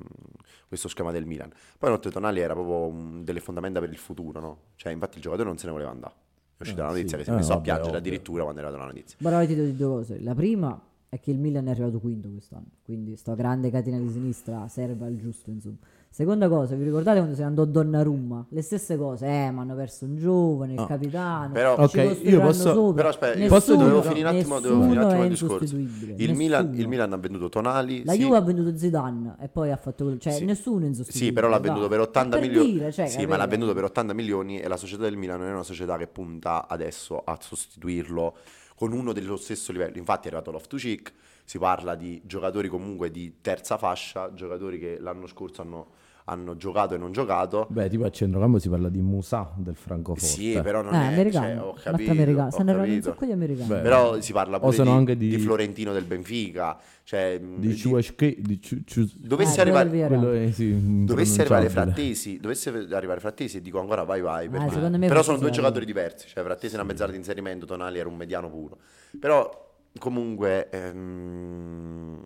Speaker 1: questo schema del Milan. Poi notte Tonali era proprio mh, delle fondamenta per il futuro. No? Cioè, infatti il giocatore non se ne voleva andare. È uscita
Speaker 2: Ah,
Speaker 1: la notizia
Speaker 2: sì.
Speaker 1: che si è
Speaker 2: Ah,
Speaker 1: messo a
Speaker 2: vabbè,
Speaker 1: piangere
Speaker 2: ovvio.
Speaker 1: addirittura quando era la notizia.
Speaker 3: Però io ti do di due cose. La prima, è che il Milan è arrivato quinto quest'anno, quindi sta grande catena di sinistra serve al giusto, insomma. Seconda cosa, vi ricordate quando se ne andò Donnarumma? Le stesse cose, eh, ma hanno perso un giovane, il
Speaker 2: Ah.
Speaker 3: capitano,
Speaker 1: Però-
Speaker 3: ci
Speaker 2: Ok, io
Speaker 3: costruiranno
Speaker 2: posso-
Speaker 3: sopra.
Speaker 1: Però aspetta, io
Speaker 3: Nessuno-
Speaker 1: dovevo finire un attimo, dovevo finire un
Speaker 3: nessuno
Speaker 1: attimo
Speaker 3: è
Speaker 1: il discorso.
Speaker 3: insostituibile,
Speaker 1: Il Milan,
Speaker 3: nessuno.
Speaker 1: il Milan ha venduto Tonali.
Speaker 3: La
Speaker 1: sì.
Speaker 3: Juve ha venduto Zidane e poi ha fatto quello, cioè
Speaker 1: Sì.
Speaker 3: nessuno è insostituibile.
Speaker 1: Sì, però l'ha
Speaker 3: dai.
Speaker 1: venduto per
Speaker 3: Ma
Speaker 1: 80
Speaker 3: per
Speaker 1: milioni.
Speaker 3: dire, cioè,
Speaker 1: sì, ma l'ha
Speaker 3: capito?
Speaker 1: venduto per 80 milioni e la società del Milan non è una società che punta adesso a sostituirlo con uno dello stesso livello. Infatti è arrivato l'off to cheek, si parla di giocatori comunque di terza fascia, giocatori che l'anno scorso hanno, hanno giocato e non giocato.
Speaker 3: Boh,
Speaker 2: Beh, tipo a centrocampo si parla di Musa del Francoforte.
Speaker 1: Sì, però non
Speaker 3: Eh,
Speaker 1: è...
Speaker 3: americano,
Speaker 1: cioè, ho
Speaker 3: l'altro
Speaker 1: capito,
Speaker 3: americano.
Speaker 1: ho
Speaker 3: Stanno arrivando un
Speaker 1: capito.
Speaker 3: sacco di americani.
Speaker 2: Beh,
Speaker 1: Però si parla pure
Speaker 2: Osano
Speaker 1: di,
Speaker 2: anche di-
Speaker 1: di Florentino del Benfica. Cioè, mh,
Speaker 2: Di
Speaker 1: di-
Speaker 2: Ciuasche, di Ciu- Ciu-
Speaker 1: dovessi
Speaker 3: Eh,
Speaker 1: arrivare...
Speaker 3: quello
Speaker 2: quello è, sì,
Speaker 1: dovesse arrivare
Speaker 2: impronunciabile.
Speaker 1: Frattesi, dovesse arrivare Frattesi, dico ancora vai vai.
Speaker 3: Ah,
Speaker 1: Perché...
Speaker 3: secondo me
Speaker 1: però
Speaker 3: Frattesi
Speaker 1: sono due
Speaker 3: va
Speaker 1: giocatori
Speaker 3: bene.
Speaker 1: diversi. Cioè, Frattesi è una mezz'ora di inserimento, Tonali era un mediano puro. Però comunque ehm,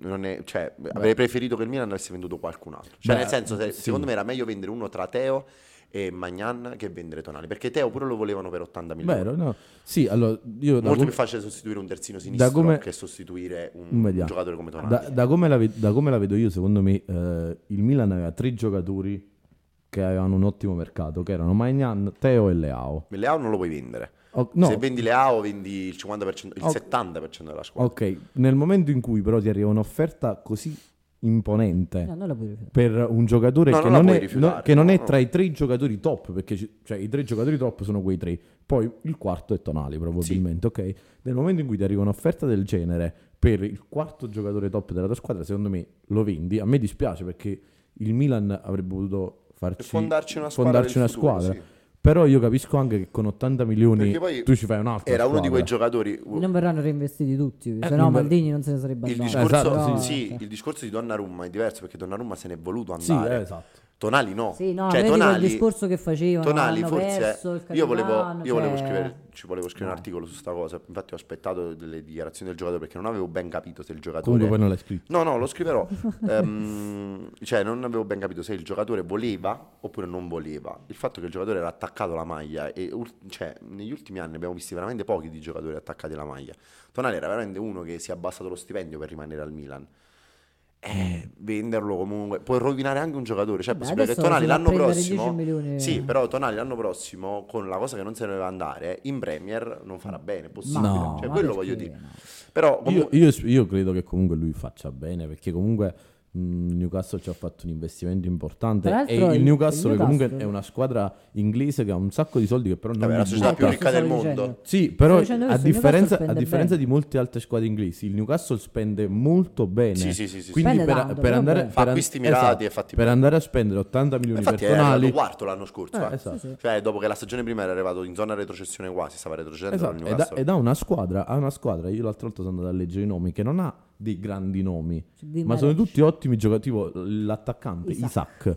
Speaker 1: non è- cioè, avrei preferito che il Milan avesse venduto qualcun altro. Cioè,
Speaker 2: Beh,
Speaker 1: nel senso, se-
Speaker 2: sì.
Speaker 1: secondo me era meglio vendere uno tra Teo e Magnan che vendere Tonali. Perché Teo pure lo volevano per 80 milioni.
Speaker 2: Vero, no. Sì, allora io da,
Speaker 1: Molto
Speaker 2: com-
Speaker 1: più facile sostituire un terzino sinistro
Speaker 2: come-
Speaker 1: che sostituire un,
Speaker 2: Un mediano.
Speaker 1: giocatore come Tonali.
Speaker 2: da- da come la ve- da come la vedo io, secondo me, eh, il Milan aveva tre giocatori che avevano un ottimo mercato, che erano Magnan, Teo e Leao.
Speaker 1: Leao non lo puoi vendere.
Speaker 2: O- no,
Speaker 1: Se vendi Leao vendi il 50%, il
Speaker 2: Ok.
Speaker 1: 70% della squadra.
Speaker 2: ok, nel momento in cui però ti arriva un'offerta così imponente
Speaker 3: No, Eh, non la puoi rifiutare.
Speaker 2: per un giocatore
Speaker 1: No,
Speaker 2: che,
Speaker 1: non la
Speaker 2: non
Speaker 1: puoi
Speaker 2: è,
Speaker 1: rifiutare,
Speaker 2: no- che non
Speaker 1: no,
Speaker 2: è
Speaker 1: no.
Speaker 2: tra i tre giocatori top, perché ci- cioè, i tre giocatori top sono quei tre, poi il quarto è Tonali probabilmente, ok? Nel momento in cui ti arriva un'offerta del genere per il quarto giocatore top della tua squadra, secondo me lo vendi, a me dispiace perché il Milan avrebbe potuto farci
Speaker 1: E fondarci una squadra
Speaker 2: fondarci
Speaker 1: del
Speaker 2: una
Speaker 1: futuro,
Speaker 2: squadra.
Speaker 1: sì.
Speaker 2: Però io capisco anche che con 80 milioni
Speaker 1: Perché poi
Speaker 2: tu ci fai un'altra
Speaker 1: Era uno di quei
Speaker 2: squadra.
Speaker 1: giocatori.
Speaker 3: Non verranno reinvestiti tutti, se
Speaker 2: non
Speaker 3: no
Speaker 2: ver-
Speaker 3: Maldini non se ne sarebbe
Speaker 1: Il
Speaker 3: andato.
Speaker 1: discorso,
Speaker 2: Esatto,
Speaker 3: Però-
Speaker 1: sì,
Speaker 3: cioè-
Speaker 1: il discorso di Donnarumma è diverso perché Donnarumma se n'è voluto
Speaker 2: Sì,
Speaker 1: andare.
Speaker 2: eh, esatto.
Speaker 1: Tonali no.
Speaker 3: Sì, no,
Speaker 1: cioè,
Speaker 3: vedi quel
Speaker 1: Tonali,
Speaker 3: discorso che facevano,
Speaker 1: Tonali
Speaker 3: hanno
Speaker 1: forse.
Speaker 3: perso il
Speaker 1: io volevo,
Speaker 3: capitano,
Speaker 1: io volevo
Speaker 3: cioè-
Speaker 1: scrivere, ci volevo scrivere
Speaker 3: No.
Speaker 1: un articolo su sta cosa. Infatti, ho aspettato delle dichiarazioni del giocatore perché non avevo ben capito se il
Speaker 2: Comunque
Speaker 1: giocatore.
Speaker 2: poi non l'hai scritto.
Speaker 1: No, no, lo scriverò. Ehm, (laughs) cioè, non avevo ben capito se il giocatore voleva oppure non voleva. Il fatto che il giocatore era attaccato alla maglia, e ul- cioè, negli ultimi anni abbiamo visti veramente pochi di giocatori attaccati alla maglia. Tonali era veramente uno che si è abbassato lo stipendio per rimanere al Milan. Eh, venderlo comunque puoi rovinare anche un giocatore. Cioè, è
Speaker 3: Beh,
Speaker 1: possibile che
Speaker 3: adesso
Speaker 1: Tonali
Speaker 3: si va a
Speaker 1: l'anno
Speaker 3: prendere 10
Speaker 1: prossimo.
Speaker 3: milioni. eh.
Speaker 1: Sì, però Tonali l'anno prossimo, con la cosa che non se ne doveva andare, in Premier non farà bene. È
Speaker 3: Ma
Speaker 1: possibile.
Speaker 2: No.
Speaker 1: Cioè,
Speaker 3: ma
Speaker 1: quello
Speaker 3: perché
Speaker 1: voglio dire.
Speaker 3: no?
Speaker 1: Però
Speaker 2: Io,
Speaker 1: comunque-
Speaker 2: io- io credo che comunque lui faccia bene perché comunque mh, Newcastle ci ha fatto un investimento
Speaker 3: Tra
Speaker 2: importante e
Speaker 3: l'altro
Speaker 2: il
Speaker 3: il-
Speaker 2: Newcastle,
Speaker 3: il
Speaker 2: comunque
Speaker 3: Newcastle-
Speaker 2: è una squadra inglese che ha un sacco di soldi che però non
Speaker 1: Vabbè,
Speaker 2: li
Speaker 1: la società più
Speaker 2: butta.
Speaker 3: questo
Speaker 1: ricca del
Speaker 3: stavo
Speaker 1: mondo.
Speaker 3: dicendo.
Speaker 2: Sì, però
Speaker 3: Sto dicendo
Speaker 2: a
Speaker 3: questo, il
Speaker 2: differenza,
Speaker 3: Newcastle
Speaker 2: a
Speaker 3: spende
Speaker 2: differenza
Speaker 3: bene.
Speaker 2: di molte altre squadre inglesi, il Newcastle spende molto bene.
Speaker 1: Sì, sì, sì, sì,
Speaker 2: Quindi
Speaker 3: Spende
Speaker 2: per,
Speaker 3: tanto,
Speaker 2: per
Speaker 3: però
Speaker 2: andare,
Speaker 3: bene.
Speaker 1: Fa
Speaker 2: per an- esatto,
Speaker 1: acquisti mirati e fatti
Speaker 2: per
Speaker 1: bene.
Speaker 2: andare a spendere 80 milioni
Speaker 1: Infatti eh,
Speaker 2: per
Speaker 1: era arrivato
Speaker 2: Tonali,
Speaker 1: quarto l'anno scorso.
Speaker 2: Eh,
Speaker 1: eh.
Speaker 2: esatto.
Speaker 3: Sì, sì.
Speaker 1: Cioè, dopo che la stagione prima era arrivato in zona retrocessione quasi, stava retrocedendo
Speaker 2: Esatto,
Speaker 1: con il
Speaker 2: e da,
Speaker 1: Newcastle.
Speaker 2: e da una squadra a una squadra, io l'altra volta sono andato a leggere i nomi, che non ha dei grandi nomi,
Speaker 3: Cioè, Di
Speaker 2: ma sono
Speaker 3: Mareca.
Speaker 2: tutti ottimi giocatori, tipo l'attaccante Isaac,
Speaker 3: Isaac.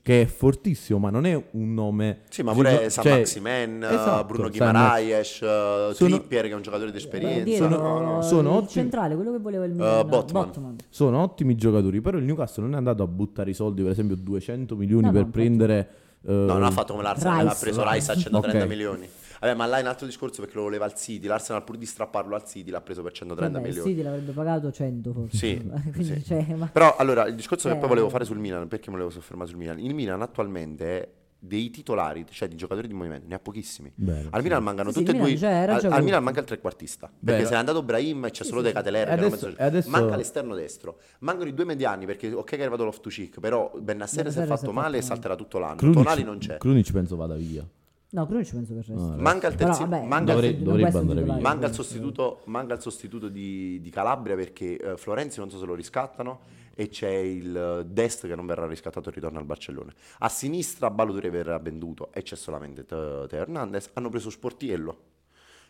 Speaker 2: che è fortissimo, ma non è un nome...
Speaker 1: Sì, ma pure
Speaker 2: Cioè,
Speaker 1: San Maximen, eh,
Speaker 2: esatto,
Speaker 1: Bruno
Speaker 2: San
Speaker 1: Guimaraes, eh,
Speaker 2: Sono-
Speaker 1: Trippier che è un giocatore di
Speaker 3: Beh,
Speaker 1: esperienza.
Speaker 3: dietro,
Speaker 1: No, no, no.
Speaker 2: sono
Speaker 3: il
Speaker 2: ottimi.
Speaker 3: centrale, quello che voleva il Milan,
Speaker 1: Botman.
Speaker 2: Sono ottimi giocatori, però il Newcastle non è andato a buttare i soldi, per esempio 200 milioni
Speaker 3: No, no,
Speaker 2: per
Speaker 3: infatti.
Speaker 2: prendere... eh,
Speaker 1: No, non ha fatto come l'Arsenal,
Speaker 3: Rice.
Speaker 1: ha preso Rice a 130
Speaker 2: Ok.
Speaker 1: milioni. Vabbè, ma là è un altro discorso perché lo voleva al City. L'Arsenal pur di strapparlo al City l'ha preso per 130
Speaker 3: Vabbè, il
Speaker 1: milioni.
Speaker 3: City l'avrebbe pagato 100 forse.
Speaker 1: Sì,
Speaker 3: Quindi,
Speaker 1: sì.
Speaker 3: cioè, ma-
Speaker 1: Però allora il discorso che
Speaker 3: Eh.
Speaker 1: poi volevo fare sul Milan, perché mi volevo soffermare sul Milan? Il Milan attualmente dei titolari, cioè di giocatori di movimento, ne ha pochissimi.
Speaker 2: Bene,
Speaker 1: Al
Speaker 2: sì.
Speaker 1: Milan mancano
Speaker 3: Sì, sì,
Speaker 1: tutti e
Speaker 3: il Milan
Speaker 1: due.
Speaker 3: c'era,
Speaker 1: al,
Speaker 3: c'era
Speaker 1: al
Speaker 3: tutto.
Speaker 1: Milan manca il trequartista. Perché
Speaker 2: Vero.
Speaker 1: se n'è andato Brahim e c'è solo De Catelera. che era
Speaker 2: Adesso-
Speaker 1: mezzo-
Speaker 2: adesso-
Speaker 1: Manca l'esterno destro. Mancano i due mediani perché ok che è arrivato l'off to cheek, però Bennassere si è fatto male e salterà tutto l'anno.
Speaker 2: Krunic-
Speaker 1: Tonali non c'è. Eh,
Speaker 2: Krunic penso vada via.
Speaker 3: No, però ci penso per il resto.
Speaker 2: Ah,
Speaker 1: Manca il terzi-
Speaker 3: Però, vabbè,
Speaker 1: manca il
Speaker 2: Dovrei-
Speaker 3: non
Speaker 2: dovrebbe
Speaker 3: può essere
Speaker 2: andare via.
Speaker 3: titolare,
Speaker 1: Manca il
Speaker 3: questo.
Speaker 1: sostituto, manca il sostituto di, di Calabria perché eh, Florenzi non so se lo riscattano e c'è il eh, Dest che non verrà riscattato e ritorna al Barcellona. A sinistra Balotore verrà venduto e c'è solamente Teo Teo Hernandez. Hanno preso Sportiello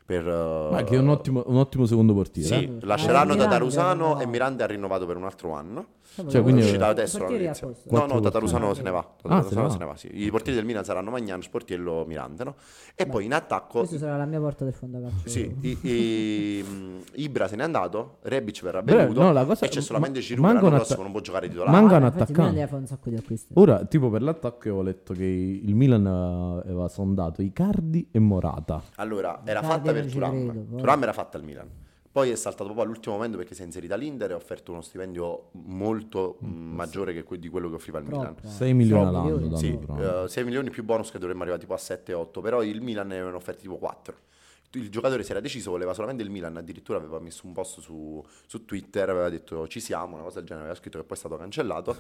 Speaker 1: per... eh,
Speaker 2: Ma che è un ottimo, un ottimo secondo portiere. eh.
Speaker 1: Sì,
Speaker 3: Eh,
Speaker 1: lasceranno
Speaker 3: Miranda,
Speaker 1: Tatarusano
Speaker 3: no.
Speaker 1: e Miranda ha rinnovato per un altro anno.
Speaker 2: Cioè,
Speaker 1: Quindi
Speaker 2: quindi-
Speaker 1: è uscita
Speaker 2: uscita
Speaker 1: adesso la
Speaker 3: Portieri a
Speaker 1: notizia.
Speaker 3: posto.
Speaker 1: No,
Speaker 2: Quattro
Speaker 1: no, Tatarusano
Speaker 3: portieri.
Speaker 1: se ne va.
Speaker 2: Ah, se ne
Speaker 1: Tatarusano
Speaker 2: va.
Speaker 1: se ne va, sì. I portieri del Milan saranno Magnan, Sportiello, Mirandano. E poi in attacco
Speaker 3: Questa sarà la mia porta del fondo calcio.
Speaker 1: Sì,
Speaker 2: Mm.
Speaker 1: i- i- mm, Ibra se n'è andato, Rebic verrà
Speaker 2: Però,
Speaker 1: venduto
Speaker 2: no, la cosa-
Speaker 1: e c'è solamente
Speaker 2: ma-
Speaker 1: Giroud che
Speaker 2: manca
Speaker 1: l'anno
Speaker 2: un
Speaker 1: prossimo
Speaker 2: atta-
Speaker 1: non può giocare titolare.
Speaker 2: Manca un
Speaker 3: Infatti, il Milan
Speaker 2: attaccante.
Speaker 3: deve fare un sacco di acquisti.
Speaker 2: Ora, tipo per l'attacco, io ho letto che il Milan eh, aveva sondato Icardi e Morata.
Speaker 1: Allora, era
Speaker 3: Icardi
Speaker 1: fatta
Speaker 3: non
Speaker 1: per
Speaker 3: ci
Speaker 1: Turam.
Speaker 3: credo, poi.
Speaker 1: Turam era fatta al Milan. Poi è saltato proprio all'ultimo momento perché si è inserita l'Inter e ha offerto uno stipendio molto mh,
Speaker 2: Mm.
Speaker 1: maggiore che que- di quello che offriva il Milan.
Speaker 3: Troppo.
Speaker 2: 6 milioni
Speaker 3: Troppo,
Speaker 2: all'anno.
Speaker 3: io-
Speaker 2: danno
Speaker 1: Sì,
Speaker 2: però.
Speaker 1: eh, 6 milioni più bonus che dovremmo arrivare tipo a 7-8, però il Milan ne avevano offerti tipo 4. Il giocatore si era deciso, voleva solamente il Milan, addirittura aveva messo un post su, su Twitter, aveva detto ci siamo, una cosa del genere, aveva scritto che poi è stato
Speaker 2: (laughs)
Speaker 1: cancellato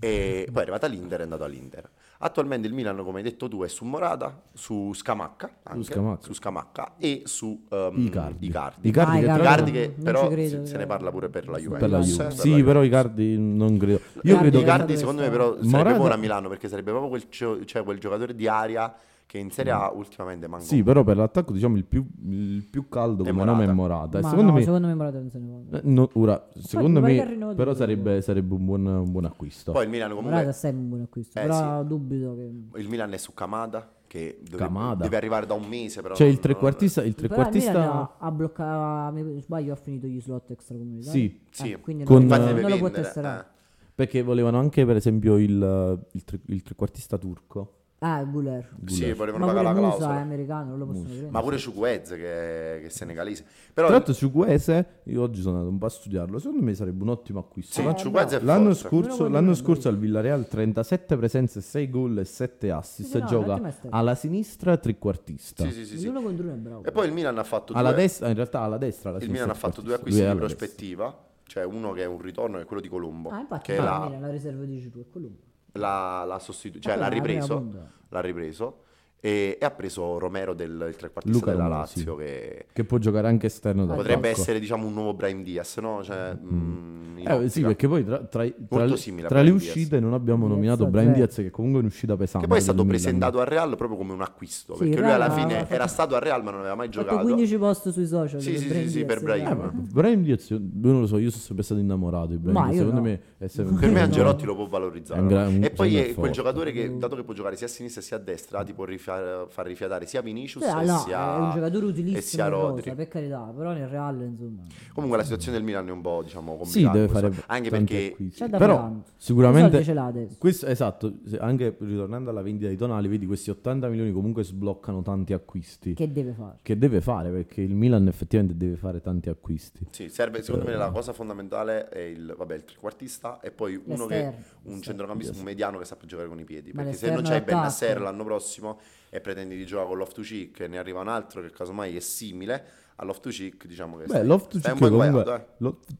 Speaker 1: e poi è arrivata l'Inter e è andato all'Inter. Attualmente il Milan, come hai detto tu, è su Morata, su Scamacca, anche,
Speaker 2: Scamacca.
Speaker 1: su Scamacca e su ehm,
Speaker 2: Icardi.
Speaker 1: Icardi.
Speaker 2: Icardi
Speaker 3: Ah,
Speaker 2: che
Speaker 3: Icardi.
Speaker 2: tra-
Speaker 1: Icardi che
Speaker 3: Non
Speaker 1: però
Speaker 3: ci credo,
Speaker 1: se, se ne
Speaker 3: Icardi.
Speaker 1: parla pure per la Juventus.
Speaker 2: per la
Speaker 1: eh,
Speaker 2: Juve.
Speaker 1: per
Speaker 2: Sì,
Speaker 1: la Juve.
Speaker 2: però Icardi non credo. Io
Speaker 3: Icardi-
Speaker 2: credo che
Speaker 1: Icardi secondo me però sarebbe
Speaker 2: Morata-
Speaker 1: buono a Milano perché sarebbe proprio quel, gio- cioè, quel giocatore di aria che in Serie A ultimamente manca.
Speaker 2: Mm. Sì, però per l'attacco diciamo il più, il più caldo
Speaker 1: È
Speaker 2: come
Speaker 1: Morata.
Speaker 2: nome è Morata. E
Speaker 3: Ma
Speaker 2: secondo
Speaker 3: no,
Speaker 2: me,
Speaker 3: secondo me Morata non se ne vuole.
Speaker 2: eh, no, ora, secondo
Speaker 3: magari
Speaker 2: me
Speaker 3: arrivano
Speaker 2: però
Speaker 3: due.
Speaker 2: sarebbe, sarebbe un, buon, un buon acquisto.
Speaker 1: Poi il Milano comunque
Speaker 3: Morata sembra un buon acquisto,
Speaker 1: Eh,
Speaker 3: però dubito che...
Speaker 1: il Milan è su Kamada che dove-
Speaker 2: Kamada.
Speaker 1: deve arrivare da un mese però.
Speaker 2: C'è Cioè, il
Speaker 1: non-
Speaker 2: trequartista, il
Speaker 3: Però il
Speaker 2: trequartista
Speaker 3: Milan ha- ha bloccato, mi sbaglio, ha finito gli slot extracomunitari.
Speaker 2: Sì.
Speaker 1: Sì.
Speaker 3: Eh, quindi
Speaker 2: Con-
Speaker 3: non,
Speaker 1: Infatti
Speaker 2: eh,
Speaker 1: deve
Speaker 3: non lo può
Speaker 1: vendere,
Speaker 3: tesserare.
Speaker 1: eh.
Speaker 2: perché volevano anche per esempio il, il tre- il trequartista turco.
Speaker 3: Ah, il Guler.
Speaker 1: Sì, volevano
Speaker 3: Ma
Speaker 1: pagare la
Speaker 3: pure Musa è
Speaker 1: clausola.
Speaker 3: americano, non lo possono prendere.
Speaker 1: Ma pure Chukwueze che, è- che è senegalese. Però
Speaker 2: Tra l'altro su Guese, io oggi sono andato un po' a studiarlo, secondo me sarebbe un ottimo acquisto.
Speaker 1: sì, eh,
Speaker 2: L'anno-
Speaker 1: Chukwueze è
Speaker 2: L'anno
Speaker 1: forte.
Speaker 2: scorso,
Speaker 3: Meno
Speaker 2: l'anno
Speaker 3: male.
Speaker 2: scorso al Villareal 37 presenze, 6 gol e 7 assist.
Speaker 3: Sì, sì, no,
Speaker 2: gioca
Speaker 3: l'ottima esterna.
Speaker 2: alla sinistra trequartista.
Speaker 1: Sì, sì, sì, sì.
Speaker 3: L'uno contro uno è bravo.
Speaker 1: E poi il Milan ha fatto
Speaker 2: Alla
Speaker 1: due-
Speaker 2: destra, in realtà alla destra. alla
Speaker 1: il
Speaker 2: sinistra
Speaker 1: Milan ha fatto due
Speaker 2: trequartista.
Speaker 1: acquisti
Speaker 2: Lui è
Speaker 1: di
Speaker 2: alla
Speaker 1: prospettiva, cioè uno che è un ritorno che è quello di Colombo,
Speaker 3: Ah, infatti,
Speaker 1: che
Speaker 3: no,
Speaker 1: la, Cioè,
Speaker 3: il Milan, la riserva di Giroud è quello.
Speaker 1: l'ha, l'ha sostitu- cioè
Speaker 3: Ah,
Speaker 1: l'ha
Speaker 3: quella è la prima
Speaker 1: ripreso,
Speaker 3: punta.
Speaker 1: l'ha ripreso e, e ha preso Romero del il trequartista
Speaker 2: Luca
Speaker 1: della
Speaker 2: Romero, sì.
Speaker 1: Lazio che
Speaker 2: destra. Che può giocare anche esterno.
Speaker 1: potrebbe
Speaker 2: d'attacco.
Speaker 1: essere diciamo un nuovo Brian Diaz, no? Cioè, mm, in
Speaker 2: Eh, sì,
Speaker 1: ottica.
Speaker 2: perché poi tra, tra- tra-
Speaker 1: Molto simile a
Speaker 2: tra le
Speaker 1: Brian Diaz.
Speaker 2: uscite non abbiamo
Speaker 3: Diaz,
Speaker 2: nominato
Speaker 3: cioè.
Speaker 2: Brian Diaz, che comunque è un'uscita
Speaker 1: Che
Speaker 2: pesante.
Speaker 1: poi è
Speaker 2: del
Speaker 1: stato
Speaker 2: Milan.
Speaker 1: presentato al Real proprio come un acquisto,
Speaker 3: Sì,
Speaker 1: perché lui
Speaker 3: Real
Speaker 1: alla
Speaker 3: ha
Speaker 1: fine
Speaker 3: fatto-
Speaker 1: era
Speaker 2: eh.
Speaker 1: stato al Real ma non aveva mai
Speaker 3: Ha fatto
Speaker 1: giocato.
Speaker 3: 15 post sui social.
Speaker 1: Sì,
Speaker 3: per
Speaker 1: sì, sì,
Speaker 3: Brahim
Speaker 1: sì, per
Speaker 3: Diaz,
Speaker 1: Brahim.
Speaker 2: Eh,
Speaker 3: dai.
Speaker 2: ma Brian Diaz, io io non lo so, io sono sempre stato innamorato di Brian
Speaker 3: Ma
Speaker 2: Diaz,
Speaker 3: io
Speaker 2: Secondo
Speaker 3: no.
Speaker 2: me
Speaker 1: (laughs)
Speaker 2: è sempre
Speaker 1: Per me
Speaker 2: No.
Speaker 1: Angelotti lo può valorizzare.
Speaker 2: È un gra-
Speaker 1: no?
Speaker 2: un
Speaker 1: e poi
Speaker 2: giocatore
Speaker 1: è quel
Speaker 2: forte. Mm.
Speaker 1: giocatore che, dato che può giocare sia a sinistra sia a destra, ti può rifia- far rifiatare sia Vinicius
Speaker 3: Cioè,
Speaker 1: e
Speaker 3: no,
Speaker 1: sia,
Speaker 3: è un giocatore
Speaker 1: e sia
Speaker 3: utilissimo in rosa,
Speaker 1: Rodri.
Speaker 3: per carità, però nel Real, insomma.
Speaker 1: Comunque la situazione del Milan è un po' diciamo
Speaker 2: Sì,
Speaker 1: complicata.
Speaker 2: deve
Speaker 1: in questo-
Speaker 2: fare
Speaker 1: anche
Speaker 2: tanti
Speaker 1: perché
Speaker 2: acquisti.
Speaker 3: C'è da fare
Speaker 2: Però
Speaker 3: tanto. I
Speaker 2: sicuramente
Speaker 3: soldi ce l'ha adesso.
Speaker 2: questo, esatto, se- anche ritornando alla vendita di Tonali, vedi questi 80 milioni comunque sbloccano tanti acquisti che,
Speaker 3: Che deve fare?
Speaker 2: deve fare perché il Milan effettivamente deve fare tanti acquisti.
Speaker 1: Sì, serve, secondo me la cosa fondamentale è il, vabbè, il trequartista e poi uno che,
Speaker 3: L'esterno.
Speaker 1: un centrocampista, un mediano che sappia giocare con i piedi.
Speaker 3: Ma
Speaker 1: Perché se non
Speaker 3: l'esterno
Speaker 1: c'hai
Speaker 3: d'attacco.
Speaker 1: Benasser l'anno prossimo e pretendi di giocare con Love to Cheek e ne arriva un altro che casomai è simile a Love to Cheek, diciamo che
Speaker 2: Beh,
Speaker 1: stai,
Speaker 2: Loftus
Speaker 1: stai
Speaker 2: Cheek
Speaker 1: un po'
Speaker 2: comunque
Speaker 1: inguaiato, eh.
Speaker 2: Loft-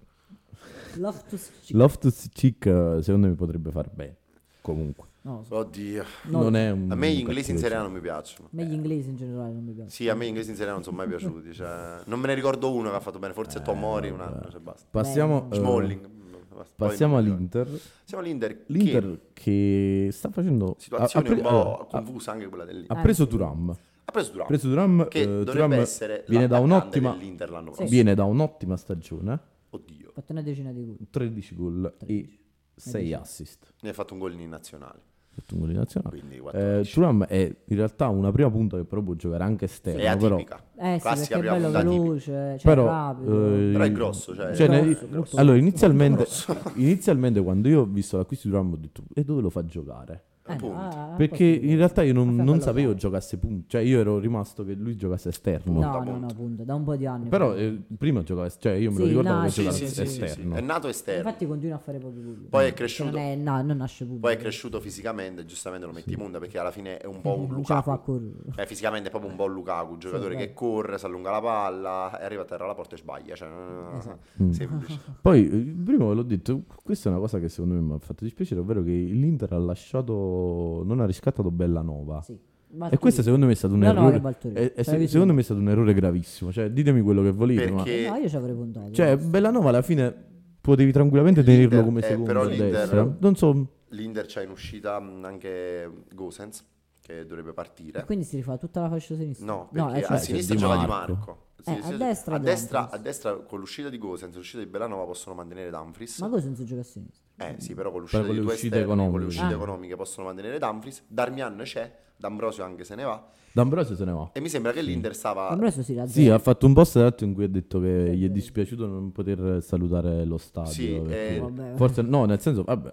Speaker 3: Loftus
Speaker 2: Loftus Cheek eh, secondo me potrebbe far bene. Comunque,
Speaker 3: No, so-
Speaker 1: eh. Oddio.
Speaker 3: no,
Speaker 2: non è un
Speaker 1: A me gli
Speaker 2: un
Speaker 1: inglesi in
Speaker 2: cattivo
Speaker 1: Serie A non mi piacciono.
Speaker 3: a me gli inglesi in generale non mi piacciono.
Speaker 1: Sì, a me gli inglesi in Serie A non sono mai piaciuti. cioè, non me ne ricordo uno che ha fatto bene, forse Tomori un anno, cioè basta.
Speaker 2: Passiamo, eh,
Speaker 1: Smalling. Poi
Speaker 2: passiamo
Speaker 1: non mi ricordo.
Speaker 2: all'Inter.
Speaker 1: Siamo all'Inter. che
Speaker 2: L'Inter che, sta facendo... ha- ha
Speaker 1: situazione
Speaker 2: pre-
Speaker 1: un po'
Speaker 2: allora, ha-
Speaker 1: confusa anche quella dell'Inter.
Speaker 2: ha
Speaker 3: Ah,
Speaker 2: preso
Speaker 3: sì.
Speaker 2: Turam.
Speaker 1: Ha preso Durant.
Speaker 2: Ha preso Turam.
Speaker 1: che dovrebbe essere
Speaker 2: viene da
Speaker 1: l'attaccante
Speaker 2: un'ottima,
Speaker 1: dell'Inter l'anno
Speaker 3: Sì.
Speaker 1: prossimo.
Speaker 2: viene da un'ottima stagione,
Speaker 1: Oddio,
Speaker 3: Ho fatto una decina di gol.
Speaker 2: 13 gol e 6 assist.
Speaker 1: ne ha fatto un gol in nazionale.
Speaker 2: Ha fatto un gol in nazionale.
Speaker 1: Quindi
Speaker 2: Eh,
Speaker 1: 14.
Speaker 2: Thuram è in realtà una prima punta che però può giocare anche
Speaker 1: è
Speaker 2: esterno, però,
Speaker 1: atipica.
Speaker 3: Eh sì, perché
Speaker 1: Classica
Speaker 3: è
Speaker 1: prima
Speaker 3: bello
Speaker 1: punta atipica.
Speaker 3: veloce, cioè
Speaker 2: però,
Speaker 3: rapido.
Speaker 2: eh,
Speaker 1: Però è grosso, cioè,
Speaker 2: cioè,
Speaker 3: Grosso,
Speaker 2: ne-
Speaker 3: grosso, grosso.
Speaker 2: allora inizialmente, inizialmente quando io ho visto l'acquisto di Thuram ho detto e dove lo fa giocare?
Speaker 3: Eh, no,
Speaker 1: punti.
Speaker 3: ah, ah,
Speaker 2: Perché
Speaker 3: poi-
Speaker 2: in realtà io
Speaker 3: Ah,
Speaker 2: non,
Speaker 3: fai
Speaker 2: non
Speaker 3: quello
Speaker 2: sapevo
Speaker 3: bravo.
Speaker 2: giocasse punta, cioè io ero rimasto che lui giocasse esterno.
Speaker 3: No,
Speaker 1: punta.
Speaker 3: no, no, punta, da un po' di anni.
Speaker 2: Però
Speaker 3: fa.
Speaker 2: eh, prima giocava, cioè io me lo
Speaker 3: Sì,
Speaker 2: ricordavo che
Speaker 3: nasce,
Speaker 2: giocava
Speaker 1: Sì, sì, sì, sì, sì.
Speaker 2: esterno.
Speaker 1: È nato esterno.
Speaker 3: eh. Infatti continua a fare pochi gol.
Speaker 1: Poi è
Speaker 3: Cioè,
Speaker 1: cresciuto.
Speaker 3: Non, è- no, non nasce pubblico.
Speaker 1: Poi è cresciuto fisicamente, giustamente lo metti in punta perché alla fine è un po' un
Speaker 3: Non ce la fa a
Speaker 1: Lukaku.
Speaker 3: correre.
Speaker 1: Cioè, fisicamente è proprio un po' un Lukaku, un giocatore
Speaker 3: dai.
Speaker 1: che corre, si allunga la palla e arriva a terra alla porta e sbaglia. Cioè, eh,
Speaker 3: Esatto. (laughs)
Speaker 1: semplice.
Speaker 2: Poi, eh, prima ve l'ho detto, questa è una cosa che secondo me mi ha fatto dispiacere, ovvero che l'Inter ha lasciato, non ha riscattato Bellanova.
Speaker 3: Sì.
Speaker 2: E questo secondo me è stato un
Speaker 3: No, no,
Speaker 2: errore.
Speaker 3: era Baltolini.
Speaker 2: è- è-
Speaker 3: Cioè, avevi
Speaker 2: secondo
Speaker 3: tu.
Speaker 2: me è stato un errore gravissimo. Cioè, ditemi quello che volete, ma...
Speaker 1: Perché-
Speaker 3: Eh, No, io ci avrei puntato.
Speaker 2: Cioè, Bellanova alla fine potevi tranquillamente tenerlo
Speaker 1: L'Inter-
Speaker 2: come
Speaker 1: eh,
Speaker 2: secondo
Speaker 1: però
Speaker 2: a
Speaker 1: l'Inter-
Speaker 2: destra. Non so,
Speaker 1: L'Inter c'ha in uscita mh, anche Gosens che dovrebbe partire.
Speaker 3: E quindi si rifà tutta la fascia sinistra.
Speaker 1: No, perché
Speaker 3: eh,
Speaker 1: a
Speaker 3: cioè,
Speaker 2: c'è
Speaker 1: sinistra
Speaker 2: Di
Speaker 1: gioca Di
Speaker 2: Marco.
Speaker 1: Marco.
Speaker 3: Eh,
Speaker 1: Sì, sì,
Speaker 3: a
Speaker 1: sì.
Speaker 3: destra
Speaker 1: a
Speaker 3: Dumfries.
Speaker 1: destra, a destra con l'uscita di Gosens, l'uscita di Belanova possono mantenere Dumfries.
Speaker 3: Ma cosa non si gioca a sinistra?
Speaker 1: Eh sì, però con l'uscita
Speaker 2: Però
Speaker 1: dei
Speaker 2: con le
Speaker 1: due
Speaker 2: uscite
Speaker 1: esterni, con le
Speaker 2: economiche.
Speaker 1: uscite
Speaker 3: Ah.
Speaker 1: economiche possono mantenere Dumfries. Darmian c'è, D'Ambrosio anche se ne va.
Speaker 2: D'Ambrosio se ne va.
Speaker 1: E mi sembra che l'Inter stava...
Speaker 3: Ambrosio si razzia.
Speaker 2: Sì, ha fatto un post dato in cui ha detto che gli è dispiaciuto non poter salutare lo stadio.
Speaker 1: Sì,
Speaker 2: perché-
Speaker 1: eh,
Speaker 3: Vabbè.
Speaker 2: Forse no, nel senso, vabbè,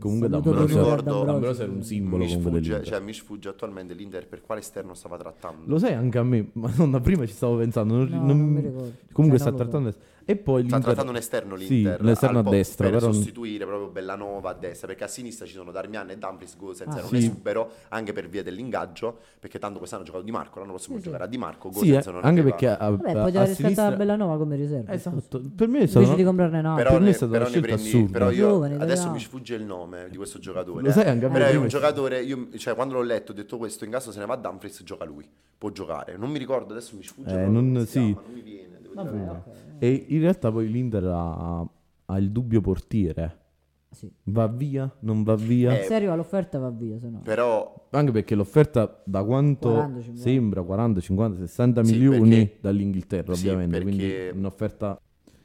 Speaker 2: Comunque
Speaker 3: Saluto
Speaker 1: D'Ambrosio-
Speaker 3: Dorigo
Speaker 1: ricordo-
Speaker 3: D'Ambrosio.
Speaker 2: Eh, D'Ambrosio era un simbolo.
Speaker 1: Mi
Speaker 2: comunque
Speaker 1: sfugge,
Speaker 2: dell'Inter.
Speaker 1: cioè, mi sfugge attualmente l'Inter per quale esterno stava trattando.
Speaker 2: Lo sai anche a me, (laughs) ma non da prima ci stavo pensando. non-
Speaker 3: No,
Speaker 2: non-
Speaker 3: non mi ricordo.
Speaker 2: Comunque
Speaker 3: Cioè,
Speaker 2: sta
Speaker 3: non lo so.
Speaker 2: trattando. E poi
Speaker 1: Sta
Speaker 2: l'Inter-
Speaker 1: trattando un esterno
Speaker 2: Sì,
Speaker 1: l'Inter.
Speaker 2: l'esterno
Speaker 1: al
Speaker 2: a
Speaker 1: po-
Speaker 2: destra,
Speaker 1: Per
Speaker 2: però non-
Speaker 1: sostituire proprio Bellanova a destra, perché a sinistra ci sono Darmian e Dumfries Gol senza
Speaker 3: Ah,
Speaker 1: un
Speaker 2: sì.
Speaker 1: esubero, anche per via dell'ingaggio, perché tanto quest'anno ha giocato Di Marco, l'anno prossimo
Speaker 3: Sì, sì.
Speaker 1: giocherà Di Marco, Gosens
Speaker 2: Sì, eh,
Speaker 1: non
Speaker 2: anche
Speaker 1: arriva.
Speaker 2: perché a,
Speaker 3: Vabbè,
Speaker 2: a-
Speaker 3: poteva
Speaker 2: a
Speaker 3: aver scattato
Speaker 2: sinistra...
Speaker 3: a Bellanova come riserva.
Speaker 2: Esatto, per me è
Speaker 3: Invece
Speaker 2: stata
Speaker 3: di
Speaker 2: una-
Speaker 3: comprarne un altro.
Speaker 2: per
Speaker 1: Però,
Speaker 2: me è
Speaker 1: ne-
Speaker 2: stata
Speaker 1: però
Speaker 2: una
Speaker 1: ne
Speaker 2: scelta
Speaker 1: prendi-
Speaker 2: assurda.
Speaker 1: però io
Speaker 3: Giovane,
Speaker 1: adesso
Speaker 3: italiano.
Speaker 1: mi sfugge il nome di questo giocatore.
Speaker 2: Lo sai anche a me
Speaker 1: però è
Speaker 2: prima
Speaker 1: un
Speaker 2: ci-
Speaker 1: giocatore, io- cioè, quando l'ho letto ho detto questo, in caso se ne va Dumfries gioca lui, può giocare. Non mi ricordo, adesso mi sfugge.
Speaker 2: Eh,
Speaker 1: proprio
Speaker 2: non-
Speaker 1: come si
Speaker 2: sì.
Speaker 1: chiama, non mi viene, devo dire la
Speaker 3: Vabbè,
Speaker 1: verità.
Speaker 3: ok.
Speaker 2: E in realtà poi l'Inter ha, ha il dubbio portiere.
Speaker 3: Sì.
Speaker 2: Va via? Non va via?
Speaker 1: Eh.
Speaker 3: Se arriva l'offerta va via, se no.
Speaker 1: Però
Speaker 2: Anche perché l'offerta da quanto
Speaker 3: 40, 50.
Speaker 2: sembra 40, 50, 60
Speaker 1: Sì,
Speaker 2: milioni
Speaker 1: perché-
Speaker 2: dall'Inghilterra
Speaker 1: sì,
Speaker 2: ovviamente,
Speaker 1: perché-
Speaker 2: quindi un'offerta